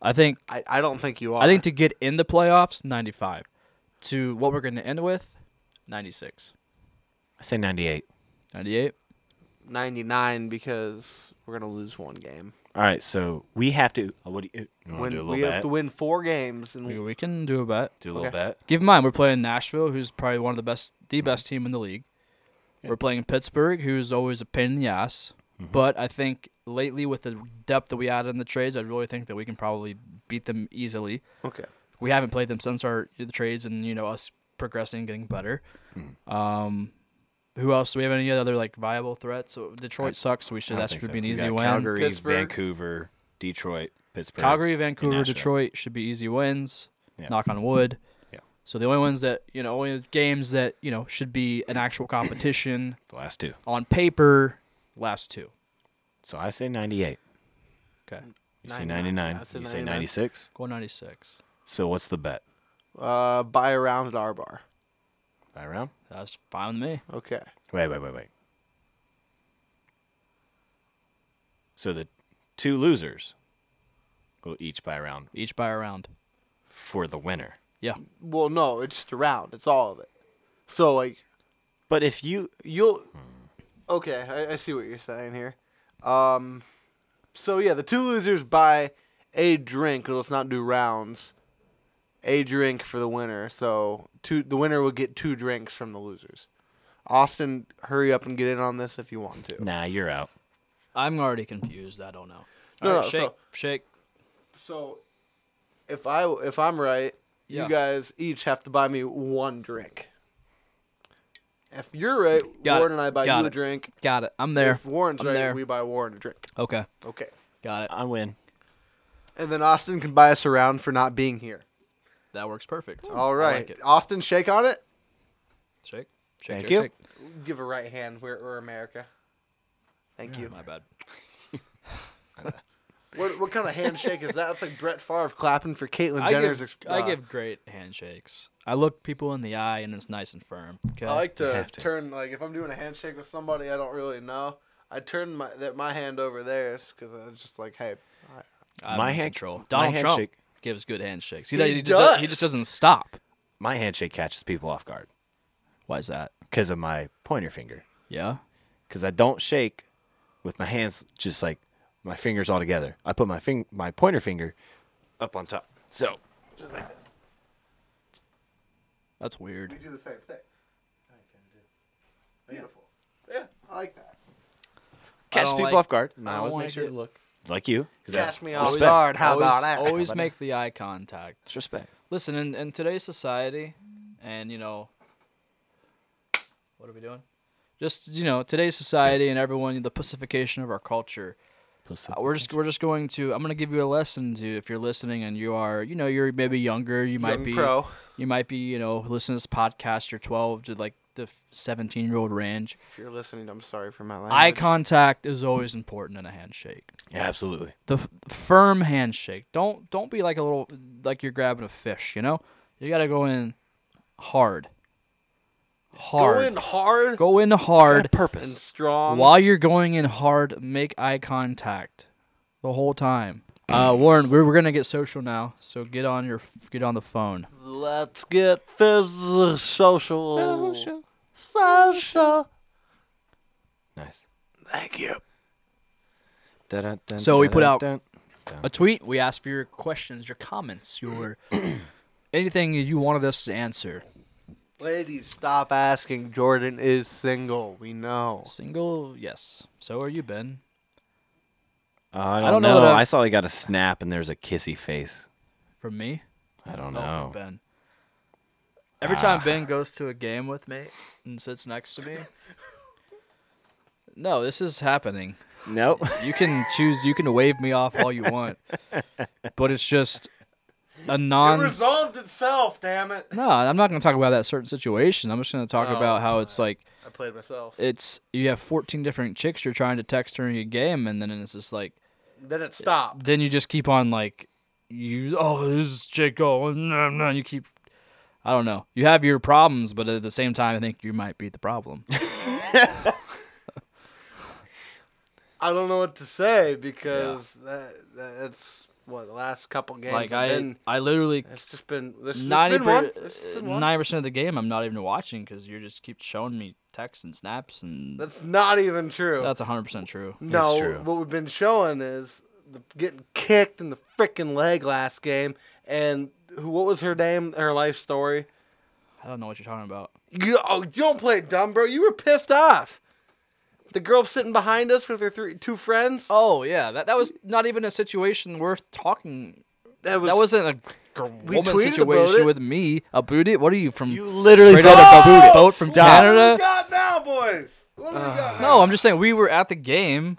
Speaker 2: I think
Speaker 4: with. I, I don't think you are.
Speaker 2: I think to get in the playoffs, 95. To what we're going to end with, 96.
Speaker 3: I say ninety-eight.
Speaker 2: 98.
Speaker 4: ninety-nine because we're gonna lose one game.
Speaker 3: All right, so we have to. uh, What do you, you want
Speaker 4: When
Speaker 3: to do? A little
Speaker 4: we
Speaker 3: bet.
Speaker 4: have to win four games and
Speaker 2: We, we can do a bet.
Speaker 3: do a little bet.
Speaker 2: Keep in mind, we're playing Nashville, who's probably one of the best, the best team in the league. We're playing Pittsburgh, who's always a pain in the ass. But I think lately, with the depth that we added in the trades, I really think that we can probably beat them easily.
Speaker 4: okay.
Speaker 2: We haven't played them since our the trades, and you know us progressing, getting better.
Speaker 3: Hmm.
Speaker 2: Um, who else? Do we have any other like viable threats? So Detroit sucks. So we
Speaker 3: I
Speaker 2: should
Speaker 3: don't
Speaker 2: that
Speaker 3: think
Speaker 2: should
Speaker 3: so.
Speaker 2: be an
Speaker 3: We
Speaker 2: easy
Speaker 3: got
Speaker 2: win.
Speaker 3: Calgary,
Speaker 4: Pittsburgh.
Speaker 3: Vancouver, Detroit, Pittsburgh.
Speaker 2: Calgary, Vancouver,
Speaker 3: Nashville.
Speaker 2: Detroit should be easy wins.
Speaker 3: Yeah.
Speaker 2: Knock on wood.
Speaker 3: Yeah.
Speaker 2: So the only ones that you know, only games that you know should be an actual competition
Speaker 3: The last two.
Speaker 2: on paper. Last two.
Speaker 3: So I say ninety-eight.
Speaker 2: Okay.
Speaker 3: You say
Speaker 4: 99.
Speaker 3: ninety-nine.
Speaker 4: That's a
Speaker 3: You say
Speaker 4: 99.
Speaker 3: ninety-six.
Speaker 2: Go ninety six.
Speaker 3: So what's the bet?
Speaker 4: Uh, buy a round at our bar.
Speaker 3: By round?
Speaker 2: That's fine with me.
Speaker 4: Okay.
Speaker 3: Wait, wait, wait, wait. So the two losers will each buy a round
Speaker 2: Each by a round.
Speaker 3: for the winner.
Speaker 2: Yeah.
Speaker 4: Well, no, it's just a round. It's all of it. So like
Speaker 3: But if you
Speaker 4: you'll. Okay, I, I see what you're saying here. Um, so yeah, the two losers buy a drink. Let's not do rounds. A drink for the winner. So two, the winner will get two drinks from the losers. Austin, hurry up and get in on this if you want to.
Speaker 3: nah, you're out.
Speaker 2: I'm already confused. I don't know.
Speaker 4: No,
Speaker 2: All
Speaker 4: no,
Speaker 2: shake,
Speaker 4: so-
Speaker 2: shake.
Speaker 4: So, if I if I'm right,
Speaker 2: Yeah.
Speaker 4: you guys each have to buy me one drink. If you're right,
Speaker 2: Got it.
Speaker 4: Warren and I buy
Speaker 2: Got
Speaker 4: you a
Speaker 2: it.
Speaker 4: drink.
Speaker 2: Got it. I'm there.
Speaker 4: If Warren's
Speaker 2: I'm
Speaker 4: right,
Speaker 2: there.
Speaker 4: we buy Warren a drink.
Speaker 2: Okay.
Speaker 4: Okay.
Speaker 2: Got it.
Speaker 3: I win.
Speaker 4: And then Austin can buy us around for not being here.
Speaker 2: That works perfect.
Speaker 4: All
Speaker 2: I
Speaker 4: right.
Speaker 2: like it.
Speaker 4: Austin, shake on it.
Speaker 2: Shake. Shake.
Speaker 3: Thank
Speaker 2: shake,
Speaker 3: you.
Speaker 2: Shake.
Speaker 4: Give a right hand. We're, we're America. Thank you.
Speaker 2: My bad.
Speaker 4: What, what kind of handshake is that? That's like Brett Favre clapping for Caitlyn
Speaker 2: I
Speaker 4: Jenner's.
Speaker 2: give,
Speaker 4: ex-
Speaker 2: I
Speaker 4: uh,
Speaker 2: give great handshakes. I look people in the eye and it's nice and firm. Okay.
Speaker 4: I like to,
Speaker 3: have to.
Speaker 4: turn like if I'm doing a handshake with somebody I don't really know, I turn my that my hand over theirs because I was just like, hey,
Speaker 2: I'm
Speaker 3: My
Speaker 2: in
Speaker 3: hand-
Speaker 2: control.
Speaker 3: my
Speaker 2: Donald Trump
Speaker 3: handshake-
Speaker 2: gives good handshakes. He,
Speaker 4: He
Speaker 2: does- he just does. he
Speaker 4: does.
Speaker 2: just doesn't stop.
Speaker 3: My handshake catches people off guard
Speaker 2: Why is that?
Speaker 3: because of my pointer finger.
Speaker 2: Yeah.
Speaker 3: Because I don't shake with my hands, just like my fingers all together. I put my fing- my pointer finger up on top. So
Speaker 2: That's weird.
Speaker 4: do the same thing. Beautiful. Yeah, I like that.
Speaker 3: catch
Speaker 2: don't
Speaker 3: people
Speaker 2: like-
Speaker 3: off guard. And
Speaker 2: I
Speaker 3: I,
Speaker 2: don't
Speaker 3: always
Speaker 2: like
Speaker 3: make sure
Speaker 2: it.
Speaker 3: to look like you. 'cause that's
Speaker 4: Catch me off
Speaker 3: respect.
Speaker 4: guard. How
Speaker 2: always,
Speaker 4: about that?
Speaker 2: Always make the eye contact.
Speaker 3: That's respect.
Speaker 2: Listen, in, in today's society, and you know, What are we doing? Just you know, today's society and everyone, the pacification of our culture. Uh, we're just we're just going to. I'm gonna give you a lesson to if you're listening and you are you know you're maybe younger. You might
Speaker 4: Young
Speaker 2: be
Speaker 4: pro.
Speaker 2: you might be you know listening to this podcast. You're 12 to like the 17 year old range.
Speaker 4: If you're listening, I'm sorry for my language.
Speaker 2: Eye contact is always important in a handshake.
Speaker 3: Yeah, absolutely.
Speaker 2: The f- firm handshake. Don't don't be like a little like you're grabbing a fish. You know, you gotta go in hard. Hard.
Speaker 4: Going hard
Speaker 2: Go in hard.
Speaker 4: and
Speaker 3: Purpose.
Speaker 4: strong.
Speaker 2: While you're going in hard, make eye contact the whole time. Uh, Warren, we're, we're gonna get social now, so get on your get on the phone.
Speaker 4: Let's get physical, social, social, social.
Speaker 3: Nice.
Speaker 4: Thank you.
Speaker 3: Dun, dun,
Speaker 2: So we
Speaker 3: dun,
Speaker 2: put
Speaker 3: dun,
Speaker 2: out-
Speaker 3: dun.
Speaker 2: A tweet. We asked for your questions, your comments, your anything you wanted us to answer.
Speaker 4: Ladies, stop asking. Jordan is single. We know.
Speaker 2: Single, yes. So are you, Ben?
Speaker 3: Oh, I don't,
Speaker 2: don't know
Speaker 3: know.
Speaker 2: that I-
Speaker 3: I... saw he got a snap and there's a kissy face.
Speaker 2: From me?
Speaker 3: I don't
Speaker 2: No,
Speaker 3: know.
Speaker 2: from Oh, Ben. Every time Ben goes to a game with me and sits next to me. No, this is happening.
Speaker 3: nope.
Speaker 2: You can choose. You can wave me off all you want, but it's just a non.
Speaker 4: itself. Damn it.
Speaker 2: No, I'm not going to talk about that certain situation. I'm just going to talk
Speaker 4: Oh,
Speaker 2: about how it's like
Speaker 4: I played myself.
Speaker 2: it's you have 14 different chicks you're trying to text during a game, and then it's just like
Speaker 4: then it stopped.
Speaker 2: then you just keep on like you oh this is chick oh no no you keep I don't know you have your problems, but at the same time I think you might be the problem.
Speaker 4: I don't know what to say because that, that that's what the last couple games.
Speaker 2: like
Speaker 4: have
Speaker 2: I
Speaker 4: been,
Speaker 2: I literally
Speaker 4: it's just been this. has
Speaker 2: ninety
Speaker 4: been one.
Speaker 2: per-
Speaker 4: It's just been one.
Speaker 2: ninety percent of the game I'm not even watching because you just keep showing me texts and snaps and that's
Speaker 4: That's not even true.
Speaker 2: that's hundred percent true.
Speaker 4: No,
Speaker 3: true.
Speaker 4: what we've been showing is the, getting kicked in the freaking leg last game, and who, what was her name? Her life story.
Speaker 2: I don't know what you're talking about.
Speaker 4: You, oh, you don't play it dumb, bro. You were pissed off. The girl sitting behind us with her three, two friends.
Speaker 2: Oh yeah, that that was not even a situation worth talking.
Speaker 4: that was
Speaker 2: That wasn't a gr-
Speaker 4: We
Speaker 2: woman
Speaker 4: tweeted about
Speaker 2: situation
Speaker 4: it.
Speaker 2: with me. A booty? What are you from?
Speaker 4: You literally
Speaker 2: straight
Speaker 4: said-
Speaker 2: out of a
Speaker 4: Stop!
Speaker 2: boat from
Speaker 4: What do
Speaker 2: Canada? Uh,
Speaker 4: we got now, boys? What do we got? now?
Speaker 2: No, I'm just saying we were at the game.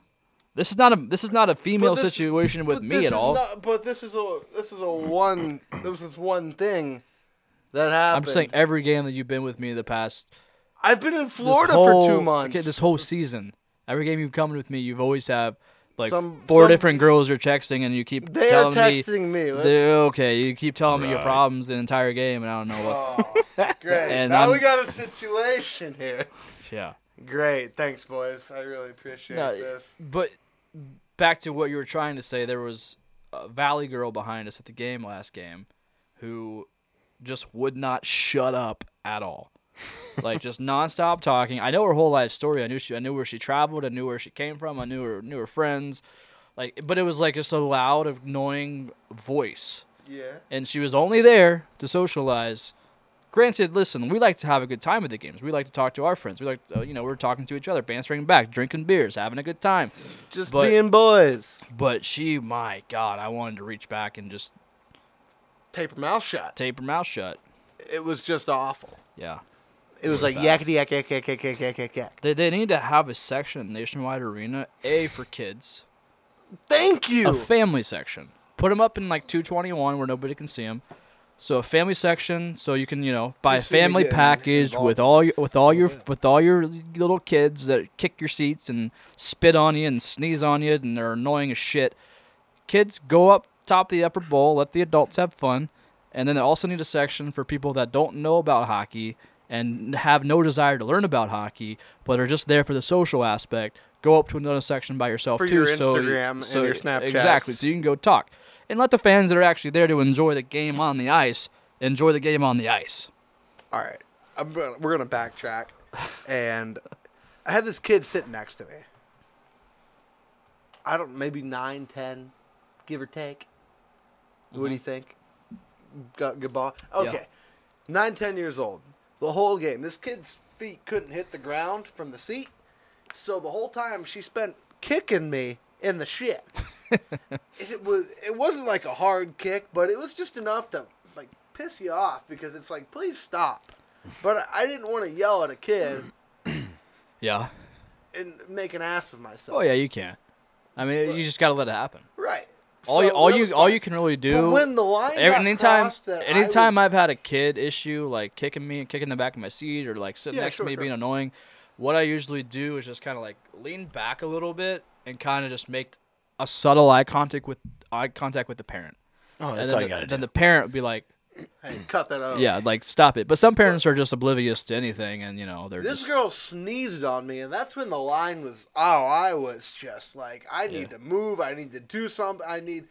Speaker 2: This is not a this is not a female
Speaker 4: this-
Speaker 2: situation with
Speaker 4: But
Speaker 2: me
Speaker 4: this
Speaker 2: at
Speaker 4: is
Speaker 2: all.
Speaker 4: not- but this is a this is a one. There was this one thing that happened.
Speaker 2: I'm just saying every game that you've been with me in the past
Speaker 4: I've been in
Speaker 2: this
Speaker 4: Florida
Speaker 2: whole-
Speaker 4: for two months.
Speaker 2: Okay, this whole season, every game you've come with me, you've always have like
Speaker 4: Some-
Speaker 2: four
Speaker 4: some-
Speaker 2: different girls you're texting, and you keep
Speaker 4: they are
Speaker 2: telling
Speaker 4: texting me.
Speaker 2: me.
Speaker 4: Let's-
Speaker 2: they're okay, you keep telling me your
Speaker 3: Right.
Speaker 2: problems the entire game, and I don't know what.
Speaker 4: Great.
Speaker 2: And
Speaker 4: now
Speaker 2: I'm-
Speaker 4: we got a situation here.
Speaker 2: Yeah.
Speaker 4: Great. Thanks, boys. I really appreciate
Speaker 2: No,
Speaker 4: this.
Speaker 2: But back to what you were trying to say, there was a Valley girl behind us at the game last game who just would not shut up at all. like just nonstop talking. I know her whole life story. I knew she I knew where she traveled, I knew where she came from, I knew her knew her friends. Like but it was like just a loud, annoying voice.
Speaker 4: Yeah.
Speaker 2: And she was only there to socialize. Granted, listen, we like to have a good time at the games. We like to talk to our friends. We like, to, you know, we're talking to each other, bantering back, drinking beers, having a good time.
Speaker 4: Just
Speaker 2: But-
Speaker 4: being boys.
Speaker 2: But she, my God, I wanted to reach back and just
Speaker 4: Tape your mouth shut.
Speaker 2: tape her mouth shut.
Speaker 4: It was just awful.
Speaker 2: Yeah.
Speaker 4: It was like yakety yak yak yak yak yak yak yak yak.
Speaker 2: They, they need to have a section at Nationwide Arena, A for kids,
Speaker 4: Thank
Speaker 2: a
Speaker 4: you.
Speaker 2: family section. Put them up in like 221 where nobody can see them. So a family section, so you can you know buy a
Speaker 4: see me
Speaker 2: family
Speaker 4: getting
Speaker 2: package
Speaker 4: involved Oh,
Speaker 2: with
Speaker 4: in
Speaker 2: all your with all your with all your little kids that kick your seats and spit on you and sneeze on you and they're annoying as shit. Kids go up top of the upper bowl, let the adults have fun, and then they also need a section for people that don't know about hockey and have no desire to learn about hockey, but are just there for the social aspect. Go up to another section by yourself
Speaker 4: For
Speaker 2: too,
Speaker 4: your
Speaker 2: so you-
Speaker 4: Instagram and
Speaker 2: so
Speaker 4: your
Speaker 2: you-
Speaker 4: Snapchats.
Speaker 2: exactly. So you can go talk and let the fans that are actually there to enjoy the game on the ice enjoy the game on the ice.
Speaker 4: All right. I'm gonna, we're going to backtrack. And I had this kid sitting next to me. I don't, maybe nine, ten, give or take. What do you think? Got good ball? Okay. Nine, ten years old. The whole game. This kid's feet couldn't hit the ground from the seat. So the whole time she spent kicking me in the shit. it was it wasn't like a hard kick, but it was just enough to like piss you off because it's like please stop. But I didn't want to yell at a kid
Speaker 2: Yeah.
Speaker 4: and make an ass of myself.
Speaker 2: Oh yeah, you can't. I mean, you just gotta let it happen.
Speaker 4: Right.
Speaker 2: All
Speaker 4: So
Speaker 2: you, all
Speaker 4: that
Speaker 2: you,
Speaker 4: was
Speaker 2: all
Speaker 4: fine.
Speaker 2: you can really do.
Speaker 4: But when the line
Speaker 2: Every-
Speaker 4: got
Speaker 2: anytime,
Speaker 4: crossed that I
Speaker 2: anytime
Speaker 4: was-
Speaker 2: I've had a kid issue, like kicking me and kicking the back of my seat, or like sitting
Speaker 4: Yeah,
Speaker 2: next
Speaker 4: sure,
Speaker 2: to me
Speaker 4: sure.
Speaker 2: being annoying, what I usually do is just kind of like lean back a little bit and kind of just make a subtle eye contact with eye contact with the parent.
Speaker 3: Oh,
Speaker 2: and
Speaker 3: that's
Speaker 2: then
Speaker 3: all you
Speaker 2: the,
Speaker 3: gotta
Speaker 2: then
Speaker 3: do.
Speaker 2: the parent would be like,
Speaker 4: Hey, cut that out.
Speaker 2: "Yeah, like stop it." But some parents are just oblivious to anything, and you know they're
Speaker 4: This
Speaker 2: just
Speaker 4: girl sneezed on me, and that's when the line was. Oh, I was just like, I need to move. I need to do something. I need.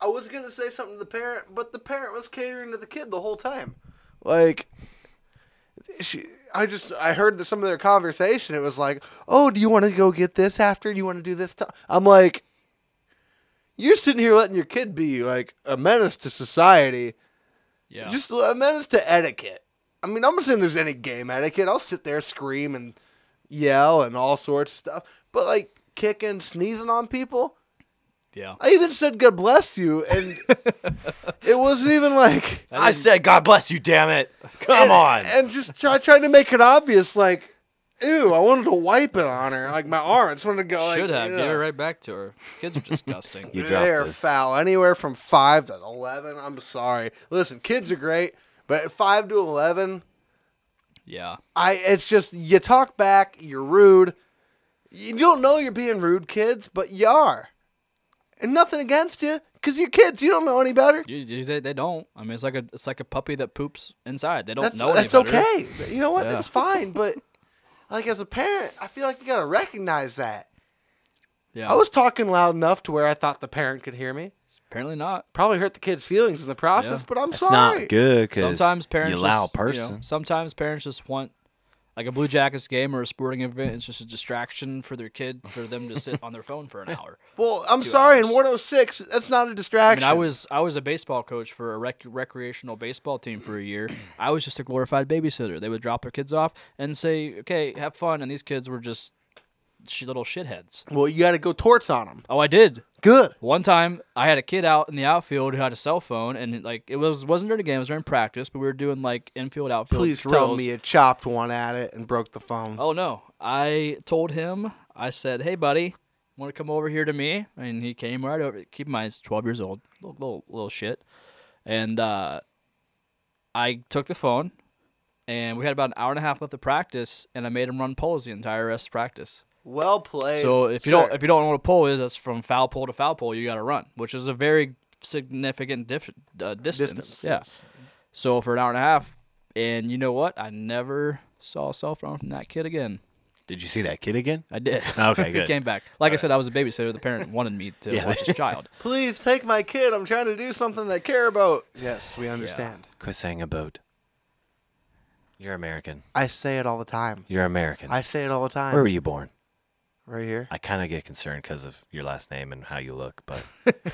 Speaker 4: I was gonna say something to the parent, but the parent was catering to the kid the whole time. Like, she. I just I heard the, some of their conversation. It was like, "Oh, do you want to go get this after? Do you want to do this?" i I'm like, "You're sitting here letting your kid be like a menace to society."
Speaker 2: yeah.
Speaker 4: Just a menace to etiquette. I mean, I'm not saying there's any game etiquette. I'll sit there, scream and yell and all sorts of stuff. But like kicking, sneezing on people.
Speaker 2: yeah.
Speaker 4: I even said God bless you, and it wasn't even like
Speaker 3: I said, God bless you, damn it. Come
Speaker 2: Eh,
Speaker 3: on.
Speaker 4: and, And just try, tried to make it obvious, like, ew, I wanted to wipe it on her, like my arm. I just wanted to go. like,
Speaker 2: Should have
Speaker 4: "Ew."
Speaker 2: give it right back to her. Kids are disgusting.
Speaker 3: you dropped
Speaker 4: They're
Speaker 3: this.
Speaker 4: foul. Anywhere from five to eleven. I'm sorry. Listen, kids are great, but five to eleven.
Speaker 2: yeah.
Speaker 4: I it's just you talk back, you're rude. You don't know you're being rude, kids, but you are. And nothing against you, cause you're kids. You don't know any better.
Speaker 2: You, you, they, they don't. I mean, it's like a it's like a puppy that poops inside. They don't
Speaker 4: That's
Speaker 2: know. any
Speaker 4: that's
Speaker 2: better.
Speaker 4: okay. You know what?
Speaker 2: Yeah.
Speaker 4: That's fine. But like as a parent, I feel like you gotta recognize that.
Speaker 2: Yeah.
Speaker 4: I was talking loud enough to where I thought the parent could hear me.
Speaker 2: apparently not.
Speaker 4: Probably hurt the kid's feelings in the process,
Speaker 2: Yeah.
Speaker 4: but I'm
Speaker 3: That's
Speaker 4: sorry.
Speaker 3: not good because
Speaker 2: Sometimes parents
Speaker 3: you loud
Speaker 2: just,
Speaker 3: person.
Speaker 2: You know, sometimes parents just want like a Blue Jackets game or a sporting event. It's just a distraction for their kid for them to sit on their phone for an hour.
Speaker 4: Well, I'm sorry.
Speaker 2: hours.
Speaker 4: In Ward 06, that's not a
Speaker 2: I mean,
Speaker 4: distraction.
Speaker 2: I was I was a baseball coach for a rec- recreational baseball team for a year. I was just a glorified babysitter. They would drop their kids off and say, "Okay, have fun," and these kids were just sh- little shitheads.
Speaker 4: Well, you gotta go torts on them.
Speaker 2: Oh, I did.
Speaker 4: Good.
Speaker 2: One time, I had a kid out in the outfield who had a cell phone, and like it was wasn't during a game; it was during practice. But we were doing like infield outfield
Speaker 4: Please
Speaker 2: drills.
Speaker 4: tell me you chopped one at it and broke the phone.
Speaker 2: Oh no! I told him. I said, "Hey, buddy, want to come over here to me?" And he came right over. Keep in mind, he's twelve years old, little little, little shit. And uh, I took the phone, and we had about an hour and a half left of practice, and I made him run poles the entire rest of practice.
Speaker 4: Well played.
Speaker 2: So if you
Speaker 4: sir.
Speaker 2: don't if you don't know what a pole is, that's from foul pole to foul pole. You got to run, which is a very significant diff- uh, distance.
Speaker 4: Distance,
Speaker 2: Yeah.
Speaker 4: yes.
Speaker 2: So for an hour and a half, and you know what? I never saw a cell phone from that kid again.
Speaker 3: Did you see that kid again?
Speaker 2: I did.
Speaker 3: Oh, Okay,
Speaker 2: he
Speaker 3: good.
Speaker 2: came back. Like I said, I was a babysitter. The parent wanted me to
Speaker 3: Yeah.
Speaker 2: watch his child.
Speaker 4: please take my kid. I'm trying to do something I care about. Yes, we understand.
Speaker 3: Quit saying a boat. You're American.
Speaker 4: I say it all the time.
Speaker 3: You're American.
Speaker 4: I say it all the time.
Speaker 3: Where were you born?
Speaker 4: Right here.
Speaker 3: I kind of get concerned because of your last name and how you look, but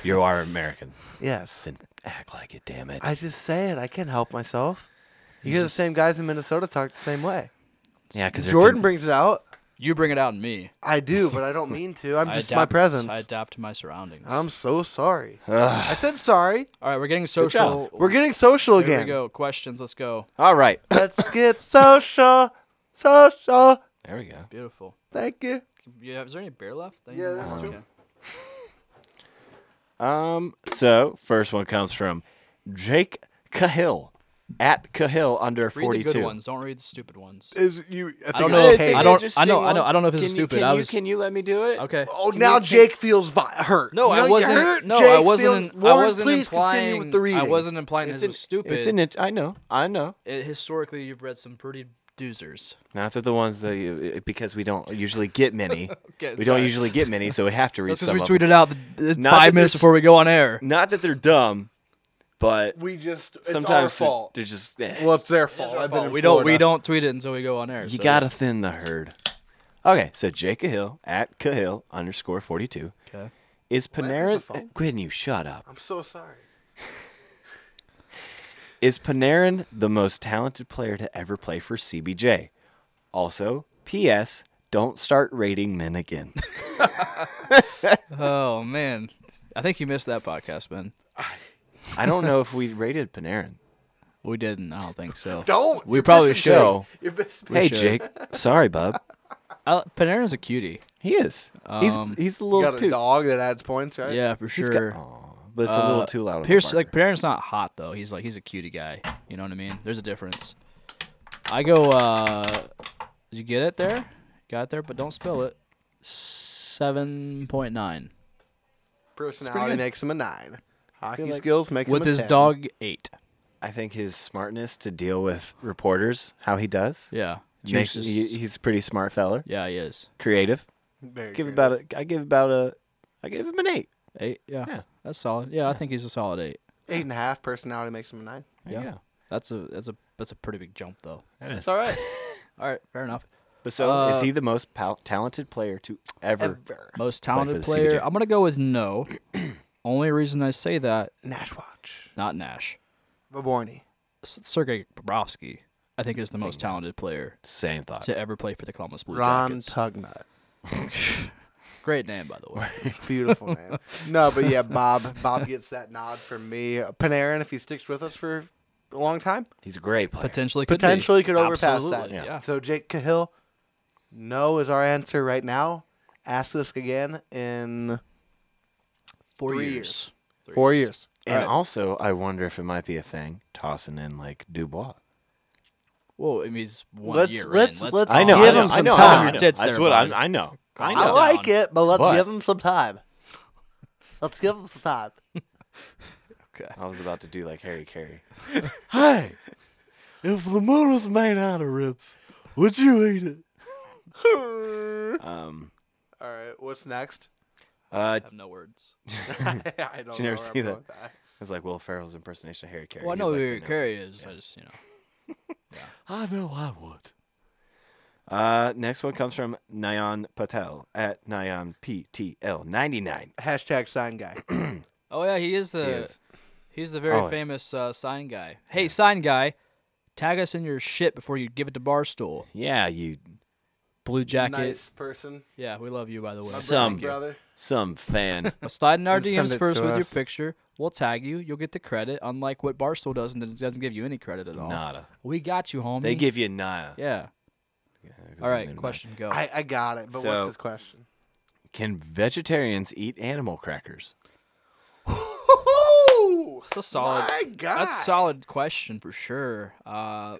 Speaker 3: you are American.
Speaker 4: Yes.
Speaker 3: Then act like it, damn it.
Speaker 4: I just say it. I can't help myself. You hear the same guys in Minnesota talk the same way.
Speaker 3: yeah, because
Speaker 4: Jordan brings it out.
Speaker 2: You bring it out in me.
Speaker 4: I do, but I don't mean to. I'm
Speaker 2: I
Speaker 4: just
Speaker 2: adapt-
Speaker 4: my presence.
Speaker 2: I adapt to my surroundings.
Speaker 4: I'm so sorry. I said sorry.
Speaker 2: All right, we're getting social.
Speaker 4: We're getting social
Speaker 2: Here
Speaker 4: again.
Speaker 2: we go. Questions. Let's go.
Speaker 3: All right.
Speaker 4: Let's get social. Social.
Speaker 3: There we go.
Speaker 2: Beautiful.
Speaker 4: Thank you.
Speaker 2: You have, is there any beer left? Any
Speaker 4: Yeah,
Speaker 2: more?
Speaker 4: there's two.
Speaker 2: Okay.
Speaker 3: Um. So first one comes from Jake Cahill at Cahill under
Speaker 2: Read
Speaker 3: forty
Speaker 2: the good
Speaker 3: two.
Speaker 2: ones. Don't read the stupid ones.
Speaker 4: Is you?
Speaker 2: I don't
Speaker 4: it's
Speaker 2: know.
Speaker 4: okay.
Speaker 2: I don't. I know. I know. I don't know if this is stupid.
Speaker 3: You,
Speaker 2: I
Speaker 3: can,
Speaker 2: was.
Speaker 3: you, can you let me do it?
Speaker 2: okay.
Speaker 4: Oh, now Jake feels vi- hurt.
Speaker 2: No,
Speaker 4: You know,
Speaker 2: I
Speaker 4: you
Speaker 2: wasn't.
Speaker 4: hurt
Speaker 2: no, I
Speaker 4: Jake's
Speaker 2: wasn't.
Speaker 4: feelings.
Speaker 2: I
Speaker 4: Warren,
Speaker 2: wasn't
Speaker 4: please
Speaker 2: implying.
Speaker 4: Continue with the reading.
Speaker 2: I wasn't implying
Speaker 3: It's
Speaker 2: this
Speaker 3: an,
Speaker 2: was stupid.
Speaker 3: It's an. int- I know. I know.
Speaker 2: It- historically, you've read some pretty doozers.
Speaker 3: Not that the ones that you, because we don't usually get many.
Speaker 2: Okay, sorry.
Speaker 3: we don't usually get many, so we have to read
Speaker 2: Let's
Speaker 3: some
Speaker 2: just
Speaker 3: of them.
Speaker 2: retweet it out
Speaker 3: Not five that
Speaker 2: five
Speaker 3: minutes
Speaker 2: minutes
Speaker 3: there's- before
Speaker 2: before we go on air.
Speaker 3: Not that they're dumb, but
Speaker 4: We just. It's
Speaker 3: sometimes
Speaker 4: our
Speaker 3: they're-
Speaker 4: fault.
Speaker 3: they're just. eh.
Speaker 4: well, it's their fault. I've been. in
Speaker 2: we don't we
Speaker 4: Florida.
Speaker 2: don't tweet it until we go on air.
Speaker 3: You
Speaker 2: so-
Speaker 3: gotta thin the herd. Okay, so Jake Cahill at Cahill underscore forty two
Speaker 2: Okay.
Speaker 3: is Panarin. Eh,
Speaker 4: phone?
Speaker 3: Quinn, you shut up.
Speaker 4: I'm so sorry.
Speaker 3: Is Panarin the most talented player to ever play for CBJ? Also, P.S. Don't start rating men again.
Speaker 2: Oh man, I think you missed that podcast, Ben.
Speaker 3: I don't know if we rated Panarin.
Speaker 2: We didn't. I don't think so.
Speaker 4: Don't.
Speaker 2: We probably should.
Speaker 3: So,
Speaker 4: You're best.
Speaker 3: hey
Speaker 2: should.
Speaker 3: Jake, sorry bub.
Speaker 2: I, Panera's Uh, a cutie.
Speaker 3: He is. he's
Speaker 2: Um,
Speaker 3: he's the
Speaker 4: You
Speaker 3: little
Speaker 4: got a
Speaker 3: too.
Speaker 4: dog that adds points, right?
Speaker 2: Yeah, for
Speaker 3: Uh, He's
Speaker 2: sure.
Speaker 3: got- aw, but it's a little
Speaker 2: Uh,
Speaker 3: too loud. of a
Speaker 2: Pierce, like
Speaker 3: barker.
Speaker 2: Pereira's not hot though. He's like he's a cutie guy. You know what I mean? There's a difference. I go. uh Did you get it there? Got it there, but don't spill it. Seven point nine
Speaker 4: Personality makes him a nine. Hockey
Speaker 3: like-
Speaker 4: skills make
Speaker 2: with
Speaker 4: him a
Speaker 2: his
Speaker 4: 10.
Speaker 2: dog eight.
Speaker 3: I think his smartness to deal with reporters, how he does,
Speaker 2: Yeah,
Speaker 3: makes,
Speaker 2: Juice
Speaker 3: he,
Speaker 2: is-
Speaker 3: he's a pretty smart feller,
Speaker 2: yeah, he is
Speaker 3: creative.
Speaker 4: Very
Speaker 3: Give
Speaker 4: good.
Speaker 3: about a, I give about a, I give him an eight.
Speaker 2: eight. Yeah,
Speaker 3: Yeah.
Speaker 2: that's solid. Yeah, I think he's a solid eight.
Speaker 4: eight and a half. Personality makes him a nine.
Speaker 2: Yeah. That's a that's a that's a pretty big jump though.
Speaker 3: that is.
Speaker 4: It's all right.
Speaker 2: All right, fair enough.
Speaker 3: But so
Speaker 2: Uh,
Speaker 3: is he the most pal- talented player to ever?
Speaker 4: Ever.
Speaker 2: Most
Speaker 3: for
Speaker 2: talented
Speaker 3: the
Speaker 2: player.
Speaker 3: CBJ.
Speaker 2: I'm gonna go with no. Only reason I say that,
Speaker 4: Nash watch.
Speaker 2: not Nash.
Speaker 4: Baborny.
Speaker 2: S- Sergei Bobrovsky, I think, is the most talented player
Speaker 3: Same thought.
Speaker 2: to ever play for the Columbus Blue
Speaker 4: Ron
Speaker 2: Jackets.
Speaker 4: Tugnut.
Speaker 2: Great name, by the way.
Speaker 4: Beautiful name. No, but yeah, Bob. Bob gets that nod from me. Panarin, if he sticks with us for a long time,
Speaker 3: He's a great player.
Speaker 2: Potentially, could be.
Speaker 4: potentially could overpass that.
Speaker 2: Absolutely, yeah.
Speaker 4: So Jake Cahill, no is our answer right now. Asterisk again in
Speaker 2: Four
Speaker 4: Three
Speaker 2: years.
Speaker 4: years.
Speaker 2: Three
Speaker 4: four years.
Speaker 3: and
Speaker 2: Alright.
Speaker 3: also, I wonder if it might be a thing tossing in like Dubois.
Speaker 2: Well, I mean, he's one
Speaker 4: Let's-
Speaker 2: year. in.
Speaker 4: let's-
Speaker 2: let's
Speaker 4: let's
Speaker 3: I know.
Speaker 4: Give
Speaker 3: I know.
Speaker 4: him
Speaker 3: I
Speaker 4: some
Speaker 3: know.
Speaker 4: time.
Speaker 3: I know.
Speaker 2: Your tits
Speaker 3: That's
Speaker 2: there,
Speaker 3: what I'm,
Speaker 2: bud.
Speaker 3: I know. I
Speaker 2: on.
Speaker 4: I
Speaker 3: know.
Speaker 2: like
Speaker 4: like it, but let's
Speaker 3: But-
Speaker 4: give him some time. Let's give him some time.
Speaker 3: I was about to do like Harry Carey.
Speaker 4: Hey, if the moon was made out of ribs, would you eat it? All
Speaker 3: Um,
Speaker 4: right, what's next?
Speaker 3: uh,
Speaker 2: I have no words.
Speaker 4: I don't know.
Speaker 3: you never
Speaker 4: where
Speaker 3: see
Speaker 4: I'm going
Speaker 3: that?
Speaker 4: with that.
Speaker 3: It's like Will Ferrell's impersonation of Harry Carey.
Speaker 2: Well, I
Speaker 3: He's
Speaker 2: know
Speaker 3: like
Speaker 2: who
Speaker 3: the
Speaker 2: Curry is. I just, you know,
Speaker 4: I know I would.
Speaker 3: announcer. Uh, next one comes from Nayan Patel at Nayan PTL ninety nine.
Speaker 4: Hashtag sign guy.
Speaker 2: oh yeah, he is the
Speaker 3: is. Oh,
Speaker 2: he's the very
Speaker 3: Always.
Speaker 2: famous uh, sign guy. Hey, sign guy, tag us in your shit before you give it to Barstool
Speaker 3: Yeah, you
Speaker 2: Blue Jacket.
Speaker 4: nice person.
Speaker 2: Yeah, we love you by the way.
Speaker 4: My brother,
Speaker 3: Some.
Speaker 4: brother.
Speaker 3: some fan.
Speaker 2: Slide in our
Speaker 4: And send
Speaker 2: DMs
Speaker 4: it
Speaker 2: first
Speaker 4: to
Speaker 2: with your
Speaker 4: us.
Speaker 2: picture. We'll tag you. You'll get the credit, unlike what Barstool does and it doesn't give you any credit at all.
Speaker 3: Nada.
Speaker 2: We got you, homie.
Speaker 3: They give you Naya.
Speaker 2: Yeah.
Speaker 3: Yeah, 'cause
Speaker 2: All
Speaker 3: his
Speaker 2: right.
Speaker 3: name is
Speaker 2: Question go.
Speaker 4: I, I got it, but
Speaker 3: So-
Speaker 4: what's his question?
Speaker 3: Naya. Can vegetarians eat animal crackers?
Speaker 2: That's a solid.
Speaker 4: My God.
Speaker 2: Oh, That's a solid question for sure. Uh,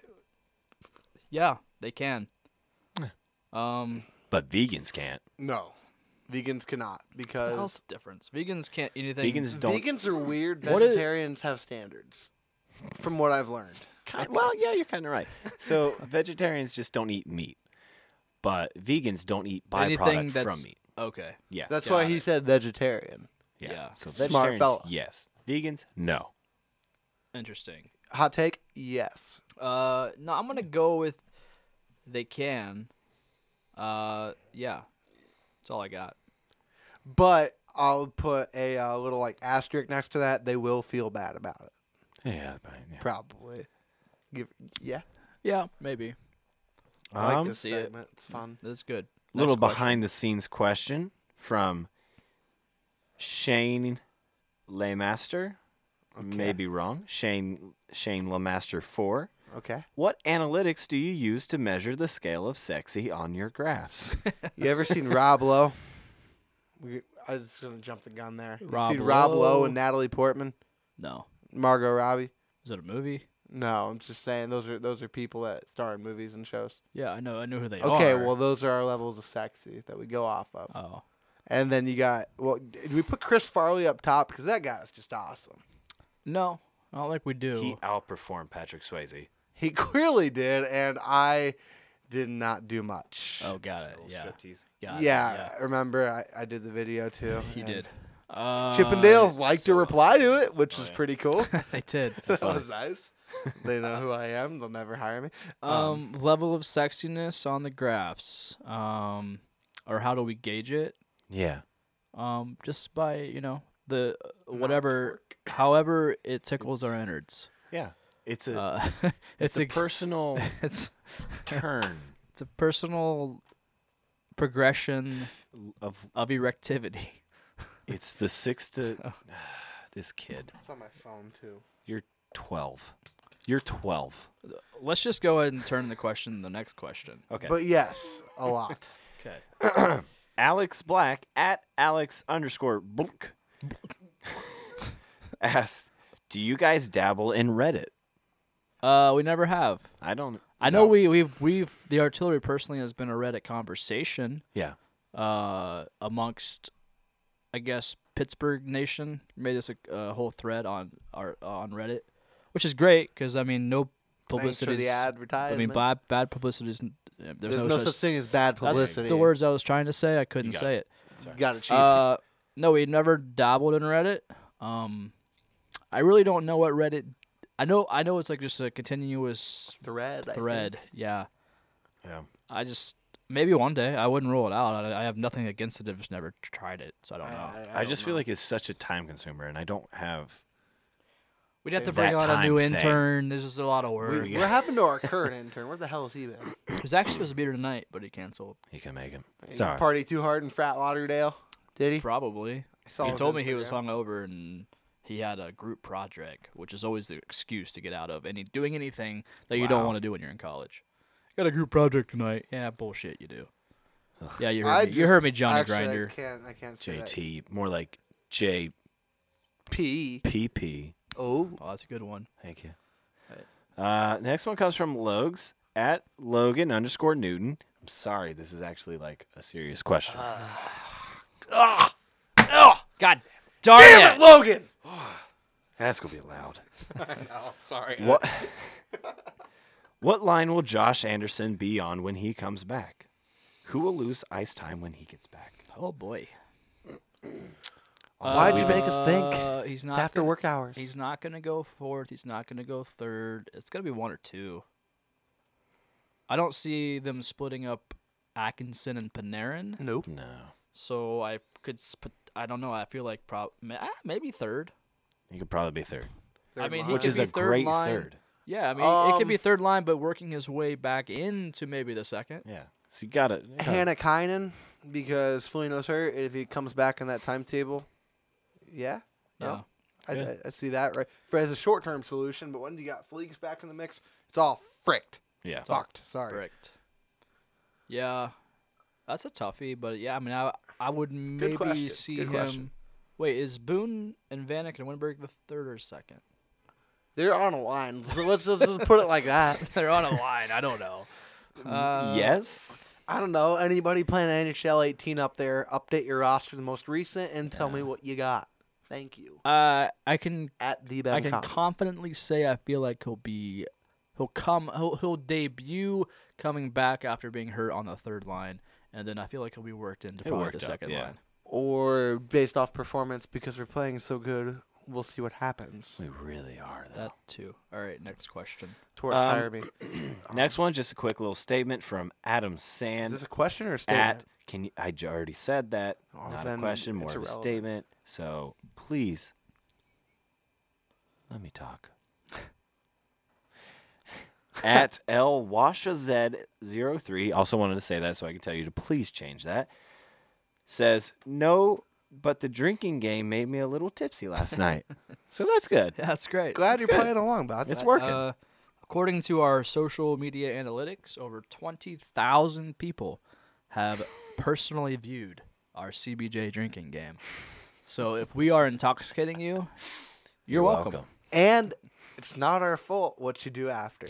Speaker 2: yeah, they can. Um,
Speaker 3: But vegans can't.
Speaker 4: No, vegans cannot
Speaker 2: what's
Speaker 4: because
Speaker 2: the difference? Vegans can't eat anything.
Speaker 3: Vegans don't.
Speaker 4: vegans are weird.
Speaker 2: What is-
Speaker 4: Vegetarians have standards, from what I've learned.
Speaker 3: Kind, Well, yeah, you're kind of right. So vegetarians just don't eat meat, but vegans don't eat byproduct
Speaker 2: anything that's
Speaker 3: from meat.
Speaker 2: okay.
Speaker 3: Yeah,
Speaker 4: That's
Speaker 2: Got
Speaker 4: why he
Speaker 2: it.
Speaker 4: said vegetarian.
Speaker 3: yeah.
Speaker 2: yeah.
Speaker 3: So
Speaker 4: Smart
Speaker 3: vegetarians,
Speaker 4: fella.
Speaker 3: yes. Vegans, no.
Speaker 2: Interesting.
Speaker 4: Hot take? Yes.
Speaker 2: Uh, no, I'm gonna go with they can. Uh, yeah, that's all I got.
Speaker 4: But I'll put a uh, little like asterisk next to that. They will feel bad about it,
Speaker 3: Yeah, fine, yeah.
Speaker 4: probably. Give yeah.
Speaker 2: Yeah, maybe.
Speaker 4: I like
Speaker 3: Um,
Speaker 4: this
Speaker 2: see it.
Speaker 4: segment. It's fun.
Speaker 2: That's good.
Speaker 3: little
Speaker 2: Next question.
Speaker 3: behind the scenes question from Shane Lemaster. Maybe wrong. Shane Shane Lemaster four.
Speaker 4: Okay.
Speaker 3: What analytics do you use to measure the scale of sexy on your graphs?
Speaker 4: You ever seen Rob Lowe? We, I was just gonna jump the gun there.
Speaker 2: Rob
Speaker 4: you seen Rob Lowe
Speaker 2: Lowe.
Speaker 4: and Natalie Portman,
Speaker 2: No,
Speaker 4: Margot Robbie.
Speaker 2: is it a movie?
Speaker 4: No, I'm just saying those are those are people that star in movies and shows.
Speaker 2: Yeah, I know. I know who they
Speaker 4: Okay,
Speaker 2: are.
Speaker 4: well those are our levels of sexy that we go off of.
Speaker 2: Oh,
Speaker 4: and then you got well, did we put Chris Farley up top because that guy is just awesome.
Speaker 2: no, not like we do.
Speaker 3: he outperformed Patrick Swayze.
Speaker 4: He clearly did, and I did not do much.
Speaker 2: oh, got it. Yeah,
Speaker 4: yeah,
Speaker 2: got it,
Speaker 4: remember I, I did the video too.
Speaker 2: He
Speaker 4: and
Speaker 2: did. Uh,
Speaker 4: Chippendales liked
Speaker 3: so-
Speaker 4: to reply to it, which
Speaker 3: Oh,
Speaker 4: is
Speaker 3: yeah.
Speaker 4: pretty cool.
Speaker 2: I did.
Speaker 4: that was nice. They know who I am. They'll never hire me.
Speaker 2: Um, level of sexiness on the graphs. Um, or how do we gauge it?
Speaker 3: Yeah.
Speaker 2: Um, just by you know the uh, whatever, however it tickles our innards.
Speaker 3: Yeah. It's a
Speaker 2: Uh, it's,
Speaker 3: it's, a,
Speaker 2: a
Speaker 3: personal
Speaker 2: it's
Speaker 3: turn
Speaker 2: it's a personal progression
Speaker 3: of
Speaker 2: of erectivity.
Speaker 3: it's the six to this kid.
Speaker 4: It's on my phone too.
Speaker 3: You're twelve. You're twelve.
Speaker 2: Let's just go ahead and turn the question to the next question.
Speaker 3: Okay.
Speaker 4: But yes, a lot.
Speaker 3: Okay. Alex Black at Alex underscore Blk asked, "Do you guys dabble in Reddit?"
Speaker 2: Uh, we never have.
Speaker 3: I don't.
Speaker 2: I
Speaker 3: no.
Speaker 2: know we we've we've the artillery personally has been a Reddit conversation
Speaker 3: Yeah.
Speaker 2: uh amongst, I guess Pittsburgh Nation made us a, a whole thread on our on Reddit, which is great because I mean no
Speaker 4: Thanks
Speaker 2: publicity.
Speaker 4: for the
Speaker 2: I
Speaker 4: advertisement.
Speaker 2: mean bad bad publicity is n- there's,
Speaker 4: There's no, such thing as bad
Speaker 2: That's
Speaker 4: publicity.
Speaker 2: the words I was trying to say. I couldn't
Speaker 3: got
Speaker 2: say it.
Speaker 4: You got to chief.
Speaker 2: Uh, no, we never dabbled in Reddit. Um, I really don't know what Reddit. I know, I know, it's like just a continuous
Speaker 4: thread. I
Speaker 2: thread.
Speaker 4: think.
Speaker 2: Yeah,
Speaker 3: Yeah.
Speaker 2: I just maybe one day I wouldn't rule it out. I, I have nothing against it. I've just never tried it, so Oh. I don't know.
Speaker 3: I, just feel like it's such a time consumer, and I don't have.
Speaker 2: We'd have to
Speaker 3: That
Speaker 2: bring on a
Speaker 3: time
Speaker 2: new
Speaker 3: thing.
Speaker 2: intern. There's just a lot of work.
Speaker 4: We, what happened to our current intern? Where the hell is he been?
Speaker 2: It was actually supposed to be here tonight, but he canceled.
Speaker 3: You can make him. It's
Speaker 4: He
Speaker 3: all right.
Speaker 4: Party too hard in frat Lauderdale. Did he?
Speaker 2: Probably.
Speaker 4: I saw
Speaker 2: he
Speaker 4: his
Speaker 2: told me he was
Speaker 4: Instagram.
Speaker 2: hungover and he had a group project, which is always the excuse to get out of any doing anything that you don't
Speaker 3: Wow.
Speaker 2: want to do when you're in college. got a group project tonight. Yeah, bullshit, you do. Yeah, you heard,
Speaker 4: I
Speaker 2: me. you heard me,
Speaker 4: just-
Speaker 2: Johnny
Speaker 4: actually,
Speaker 2: Grinder.
Speaker 4: I can't. I can't say that.
Speaker 3: JT, more like JPP.
Speaker 4: P. Oh,
Speaker 2: Oh, that's a good one.
Speaker 3: Thank you. Uh, next one comes from Logs at Logan underscore Newton. I'm sorry, this is actually like a serious question.
Speaker 2: God darn
Speaker 4: damn it, Logan!
Speaker 3: That's gonna be loud.
Speaker 4: Oh, sorry.
Speaker 3: What? what line will Josh Anderson be on when he comes back? Who will lose ice time when he gets back?
Speaker 2: Oh boy.
Speaker 4: Why'd you make us think?
Speaker 2: Uh, he's
Speaker 4: It's
Speaker 2: not
Speaker 4: after
Speaker 2: gonna-
Speaker 4: work hours.
Speaker 2: He's not gonna go fourth. He's not gonna go third. It's gonna be one or two. I don't see them splitting up Atkinson and Panarin.
Speaker 4: nope.
Speaker 3: No.
Speaker 2: So I could, sp- I don't know. I feel like prob- ma- ah, maybe third.
Speaker 3: He could probably be third,
Speaker 2: I mean, he
Speaker 3: which
Speaker 2: could
Speaker 3: is
Speaker 2: be
Speaker 3: a
Speaker 2: third
Speaker 3: great
Speaker 2: line.
Speaker 3: third.
Speaker 2: Yeah, I mean, it could be
Speaker 4: Um,
Speaker 2: third line, but working his way back into maybe the second.
Speaker 3: Yeah. So you got it.
Speaker 4: Hannah Kynan because Foligno's hurt. and If he comes back on that timetable, yeah,
Speaker 2: Yeah.
Speaker 4: no, I,
Speaker 3: Yeah.
Speaker 4: I- I see that right. For as a short-term solution, but when you got Fleeks back in the mix, it's all fricked,
Speaker 3: Yeah.
Speaker 4: fucked. Sorry.
Speaker 2: Correct. Yeah, that's a toughie, but yeah, I mean, I I would maybe
Speaker 4: question,
Speaker 2: see
Speaker 4: good
Speaker 2: him.
Speaker 4: question.
Speaker 2: Wait, is Boone and Vanek and Winberg the third or second?
Speaker 4: They're on a line, so let's just, just put it like that.
Speaker 2: They're on a line. I don't know. Uh,
Speaker 3: yes.
Speaker 4: I don't know anybody playing NHL 18 up there. Update your roster, the most recent, and tell me what you got. Thank you.
Speaker 2: Uh, I can
Speaker 4: At the
Speaker 2: I
Speaker 4: Ben
Speaker 2: can confidently say I feel like he'll be he'll come he'll, he'll debut coming back after being hurt on the third line and then I feel like he'll be worked into
Speaker 3: He'll
Speaker 2: probably
Speaker 3: worked
Speaker 2: the
Speaker 3: up,
Speaker 2: second
Speaker 3: yeah.
Speaker 2: line.
Speaker 4: or based off performance because we're playing so good. We'll see what happens
Speaker 3: We really are though.
Speaker 2: That too. All right, next question.
Speaker 4: towards
Speaker 3: Um,
Speaker 4: hire me.
Speaker 3: Next one, just a quick little statement from Adam
Speaker 4: Is
Speaker 3: Sand
Speaker 4: this a question or a statement?
Speaker 3: at can you, I j- already said that.
Speaker 4: Oh,
Speaker 3: not a
Speaker 4: then
Speaker 3: question, more
Speaker 4: it's
Speaker 3: of a
Speaker 4: irrelevant.
Speaker 3: statement. So please let me talk. at L Washa Z03, also wanted to say that so I can tell you to please change that. Says, no, but the drinking game made me a little tipsy last night. So that's good.
Speaker 2: Yeah, that's great.
Speaker 4: Glad you're playing along, Bob.
Speaker 3: It's working.
Speaker 2: Uh, according to our social media analytics, over 20,000 people have personally viewed our CBJ drinking game. So if we are intoxicating you, you're, welcome.
Speaker 4: and it's not our fault what you do after.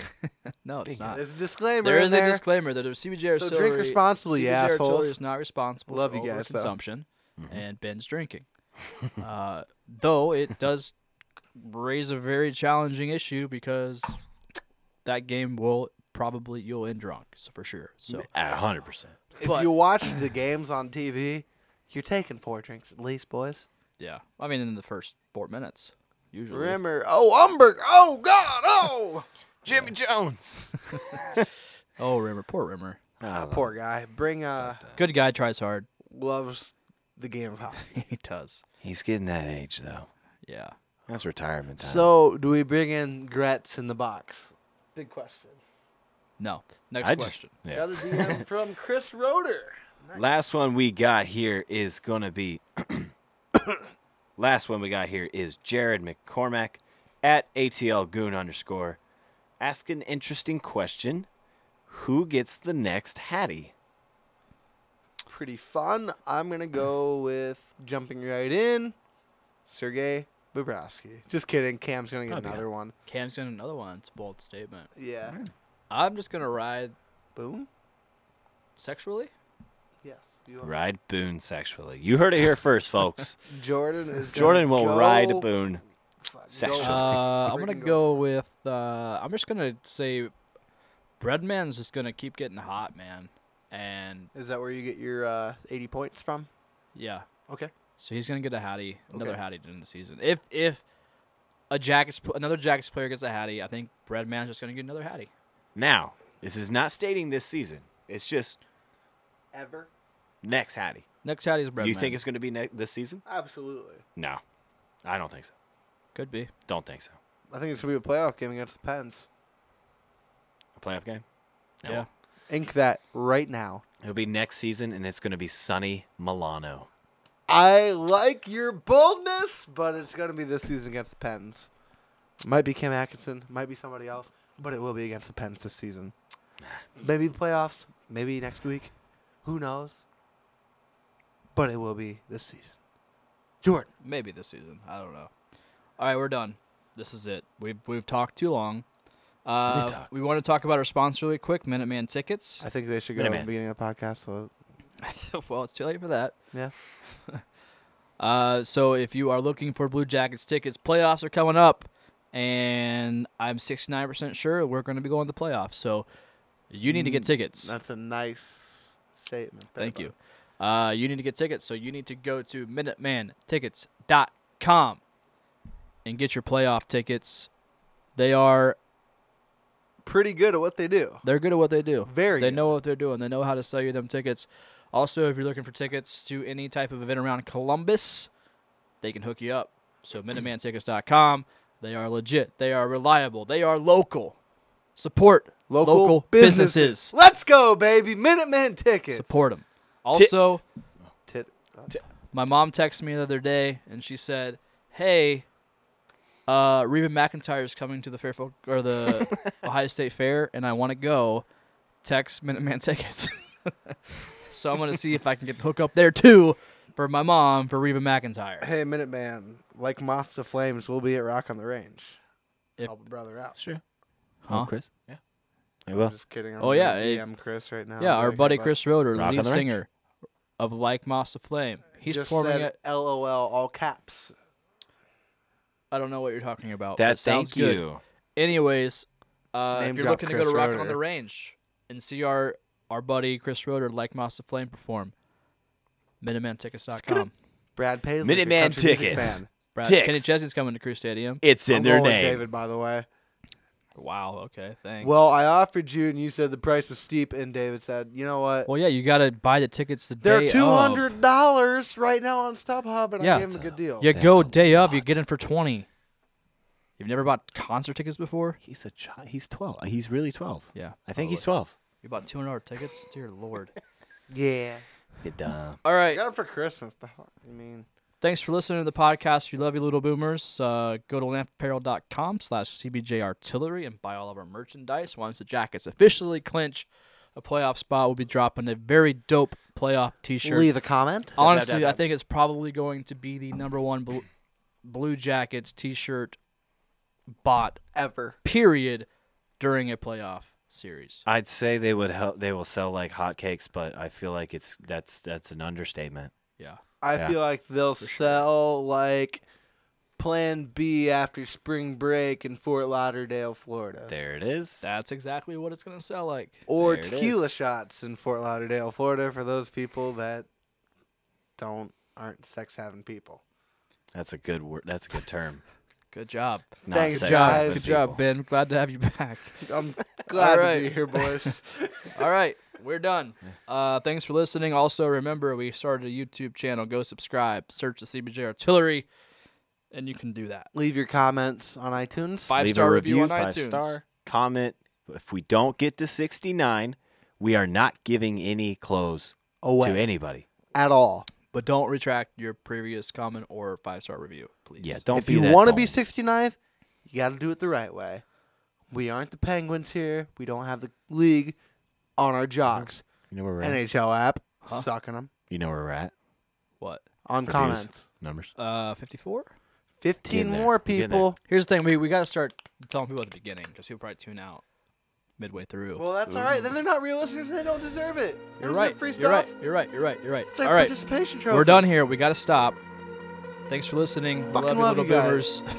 Speaker 2: No, it's not.
Speaker 4: There's a disclaimer.
Speaker 2: There
Speaker 4: in
Speaker 2: is a disclaimer that if CBJ
Speaker 4: So
Speaker 2: Artillery,
Speaker 4: drink responsibly,
Speaker 2: CBJ
Speaker 4: you
Speaker 2: Artillery
Speaker 4: assholes.
Speaker 2: is not responsible
Speaker 4: Love
Speaker 2: for
Speaker 4: you guys, though.
Speaker 2: consumption
Speaker 3: Mm-hmm.
Speaker 2: and Ben's drinking. uh, though it does raise a very challenging issue because that game will probably you'll end drunk, so for sure. So
Speaker 3: At 100%.
Speaker 4: If
Speaker 2: but-
Speaker 4: you watch the games on TV, you're taking four drinks at least, boys.
Speaker 2: yeah, I mean in the first four minutes usually.
Speaker 4: Remember, oh Umberg, oh God, oh.
Speaker 3: Jimmy Jones.
Speaker 2: Oh, Rimmer, poor Rimmer.
Speaker 3: Ah,
Speaker 4: Poor guy. Bring uh
Speaker 2: Good guy tries hard.
Speaker 4: loves the game of hockey.
Speaker 2: he does.
Speaker 3: He's getting that age though.
Speaker 2: Yeah.
Speaker 3: That's retirement time.
Speaker 4: So do we bring in Gretz in the box? Big question.
Speaker 2: No. Next
Speaker 3: I just-
Speaker 2: question.
Speaker 3: yeah.
Speaker 4: Got a DM from Chris Roder.
Speaker 3: Last one we got here is gonna be. last one we got here is Jared McCormack at ATL Goon underscore. Ask an interesting question. Who gets the next Hattie?
Speaker 4: pretty fun. I'm gonna go with jumping right in, Sergey Bobrovsky. Just kidding. Cam's gonna get
Speaker 3: Probably not.
Speaker 4: another one.
Speaker 2: Cam's doing another one. It's a bold statement.
Speaker 4: Yeah.
Speaker 2: I'm just gonna ride
Speaker 4: Boom.
Speaker 2: sexually.
Speaker 4: Yes. You are.
Speaker 3: Ride Boone sexually. You heard it here first, folks.
Speaker 4: Jordan is. Gonna
Speaker 3: Jordan will
Speaker 4: go
Speaker 3: ride Boone.
Speaker 4: fucking go
Speaker 3: sexually.
Speaker 2: Uh, I'm gonna
Speaker 4: Freaking
Speaker 2: go
Speaker 4: go
Speaker 2: with. Uh, I'm just gonna say, Breadman's just gonna keep getting hot, man. And
Speaker 4: Is that where you get your uh, 80 points from?
Speaker 2: yeah,
Speaker 4: Okay.
Speaker 2: so he's gonna get a hattie, another
Speaker 4: Okay.
Speaker 2: hattie in the season. If if a Jackets pl- another Jackets player gets a hattie, I think Breadman's just gonna get another hattie.
Speaker 3: Now, this is not stating this season. It's just
Speaker 4: Ever?
Speaker 3: next Hattie.
Speaker 2: Next hattie is Breadman.
Speaker 3: you think it's going to be ne- this season?
Speaker 4: Absolutely.
Speaker 3: No, I don't think so.
Speaker 2: could be?
Speaker 3: Don't think so.
Speaker 4: I think it's gonna be a playoff game against the Pens.
Speaker 3: A playoff game? No.
Speaker 2: Yeah.
Speaker 4: Ink that right now.
Speaker 3: It'll be next season, and it's going to be sunny Milano.
Speaker 4: I like your boldness, but it's gonna be this season against the Pens. Might be Cam Atkinson, might be somebody else, but it will be against the Pens this season. Maybe the playoffs, maybe next week. Who knows? But it will be this season. Jordan.
Speaker 2: Maybe this season. I don't know. All right, we're done. This is it. We've we've talked too long. Uh, we
Speaker 3: talked.
Speaker 2: want to talk about our sponsor really quick, Minuteman Tickets.
Speaker 4: I think they should go
Speaker 3: Wait a
Speaker 4: at the
Speaker 3: minute.
Speaker 4: beginning of the podcast. So
Speaker 2: well, it's too late for that.
Speaker 4: yeah.
Speaker 2: Uh, so if you are looking for Blue Jackets tickets, playoffs are coming up, and I'm 69% sure we're going to be going to the playoffs. So you need to get tickets.
Speaker 4: That's a nice statement. there,
Speaker 2: Thank
Speaker 4: bud.
Speaker 2: you. Uh, you need to get tickets. So you need to go to MinutemanTickets.com and get your playoff tickets. They are
Speaker 4: Pretty good at what they do.
Speaker 2: They're good at what they do.
Speaker 4: Very
Speaker 2: They
Speaker 4: good.
Speaker 2: know what they're doing. They know how to sell you them tickets. Also, if you're looking for tickets to any type of event around Columbus, they can hook you up. So MinutemanTickets.com. They are legit. They are reliable. They are local. Support
Speaker 4: Local, businesses.
Speaker 2: businesses.
Speaker 4: Let's go, baby. Minuteman tickets.
Speaker 2: Support them. Also,
Speaker 4: Tit-
Speaker 2: my mom texted me the other day and she said, "Hey, uh, Reba McIntyre is coming to the Fairfield or the Ohio State Fair, and I want to go. Text Minuteman tickets. so I'm gonna see if I can get the hook up there too for my mom for Reba McIntyre.
Speaker 4: Hey, Minuteman, like moth to flames, we'll be at Rock on the Range.
Speaker 2: If-
Speaker 4: Help a brother out.
Speaker 3: Sure.
Speaker 2: Huh?
Speaker 3: Oh, Chris? Yeah. I
Speaker 4: I'm
Speaker 3: will.
Speaker 4: just kidding. I'm
Speaker 2: Oh, yeah,
Speaker 4: gonna
Speaker 2: hey.
Speaker 4: DM Chris right now.
Speaker 2: yeah,
Speaker 4: Be
Speaker 2: our
Speaker 4: like,
Speaker 2: buddy
Speaker 4: "Hey, bud,
Speaker 2: Chris Roder,
Speaker 3: Rock on
Speaker 2: lead
Speaker 3: the Range.
Speaker 2: singer of Like Moss of Flame. He's
Speaker 4: just
Speaker 2: performing
Speaker 4: said
Speaker 2: it.
Speaker 4: LOL all caps.
Speaker 2: I don't know what you're talking about. but
Speaker 3: That
Speaker 2: it sounds
Speaker 3: thank
Speaker 2: good.
Speaker 3: you.
Speaker 2: Anyways, uh, if
Speaker 4: Name
Speaker 2: you're
Speaker 4: drop
Speaker 2: looking to go
Speaker 4: Chris
Speaker 2: to Rock on
Speaker 4: Roeder.
Speaker 2: the Range and see our our buddy Chris Roder, like Master Flame, perform, MinimanTickets.com.
Speaker 4: Brad Paisley.
Speaker 3: Minuteman tickets.
Speaker 4: Fan.
Speaker 2: Brad,
Speaker 3: Dicks.
Speaker 2: Kenny Chesney's coming to Crew Stadium.
Speaker 3: It's in
Speaker 4: I'm
Speaker 3: their
Speaker 4: going with
Speaker 3: name.
Speaker 4: David, by the way.
Speaker 2: Wow. Okay. Thanks.
Speaker 4: Well, I offered you, and you said the price was steep, and David said, "You know what?
Speaker 2: well, yeah, you gotta buy the tickets the
Speaker 4: They're
Speaker 2: day
Speaker 4: two
Speaker 2: of.
Speaker 4: hundred dollars right now on StubHub, and
Speaker 2: Yeah,
Speaker 4: I gave
Speaker 2: it's
Speaker 4: him a good deal."
Speaker 2: You
Speaker 3: That's
Speaker 2: go
Speaker 3: a
Speaker 2: day of, you
Speaker 3: lot.
Speaker 2: get in for twenty. You've never bought concert tickets before?
Speaker 3: He's a child. He's 12. He's really 12.
Speaker 2: Yeah.
Speaker 3: I think he's 12.
Speaker 2: You bought two hundred dollar tickets. Dear Lord.
Speaker 4: Yeah,
Speaker 2: All
Speaker 4: I
Speaker 2: right.
Speaker 4: got him for Christmas. The fuck? I mean,
Speaker 2: Thanks for listening to the podcast. You love you little boomers. Uh, go to lampapparel.com slash CBJ Artillery and buy all of our merchandise. Once the Jackets officially clinch a playoff spot, we'll be dropping a very dope playoff t-shirt.
Speaker 4: leave a comment.
Speaker 2: Honestly, I think it's probably going to be the number one Blu- Blue Jackets t-shirt bought,
Speaker 4: Ever.
Speaker 2: period, during a playoff series.
Speaker 3: I'd say they would help. They will sell like hotcakes, but I feel like it's that's that's an understatement.
Speaker 2: Yeah.
Speaker 4: I
Speaker 3: Yeah.
Speaker 4: feel like they'll sell like Plan B after spring break in Fort Lauderdale, Florida,
Speaker 3: There it is.
Speaker 2: That's exactly what it's going to sound like.
Speaker 4: or
Speaker 3: There it
Speaker 4: tequila
Speaker 3: is.
Speaker 4: shots in Fort Lauderdale, Florida, for those people that don't aren't sex having people.
Speaker 3: that's a good word. That's a good term.
Speaker 2: Good job.
Speaker 3: Not
Speaker 4: Thanks,
Speaker 3: sex
Speaker 4: guys.
Speaker 3: with
Speaker 2: Good
Speaker 3: people.
Speaker 2: job, Ben. Glad to have you back.
Speaker 4: I'm glad to
Speaker 2: Alright.
Speaker 4: be here, boys.
Speaker 2: All right, we're done. Uh, thanks for listening. Also, remember we started a YouTube channel. Go subscribe, search the CBJ Artillery, and you can do that.
Speaker 4: Leave your comments on iTunes.
Speaker 2: Five
Speaker 3: Leave
Speaker 2: star
Speaker 3: a review,
Speaker 2: review, on
Speaker 3: five
Speaker 2: iTunes.
Speaker 3: star comment. If we don't get to 69, we are not giving any clothes
Speaker 4: Away
Speaker 3: to anybody.
Speaker 4: at all.
Speaker 2: But don't retract your previous comment or five star review, please.
Speaker 3: Yeah, don't
Speaker 4: if
Speaker 3: be
Speaker 4: you
Speaker 3: that
Speaker 4: want to be
Speaker 3: dumb.
Speaker 4: 69th, you got to do it the right way. We aren't the Penguins here. We don't have the league on our jocks.
Speaker 3: You know where we're at?
Speaker 4: NHL app. Sucking them
Speaker 3: You know where we're at.
Speaker 2: What?
Speaker 4: on
Speaker 3: for views,
Speaker 4: comments.
Speaker 3: numbers.
Speaker 2: Uh, 54?
Speaker 4: Fifteen
Speaker 3: Getting there.
Speaker 4: more
Speaker 3: We're getting there.
Speaker 4: people.
Speaker 2: Here's the thing. We, we got to start telling people at the beginning because people probably tune out midway through.
Speaker 4: Well, that's all right. Then they're not real listeners. They don't deserve it.
Speaker 2: you're
Speaker 4: Those are
Speaker 2: right.
Speaker 4: Free stuff.
Speaker 2: You're right. You're right. You're right. You're right.
Speaker 4: It's like
Speaker 2: All right.
Speaker 4: participation trophy.
Speaker 2: We're done here. We got to stop. Thanks for listening. We
Speaker 4: Fucking
Speaker 2: love
Speaker 4: love
Speaker 2: you, little
Speaker 4: you
Speaker 2: boomers.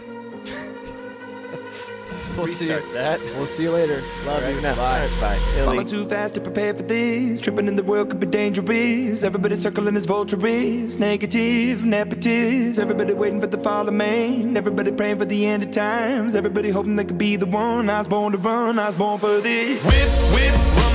Speaker 2: we'll see you.
Speaker 3: that.
Speaker 2: We'll see you later.
Speaker 3: Love you. Bye. Bye.
Speaker 5: Falling too fast to prepare for this. Tripping in the world could be dangerous. Everybody circling is vultures. Negative, nepotist. Everybody waiting for the fall of man. Everybody praying for the end of times. Everybody hoping they could be the one. I was born to run. I was born for this. Whip, whip, run.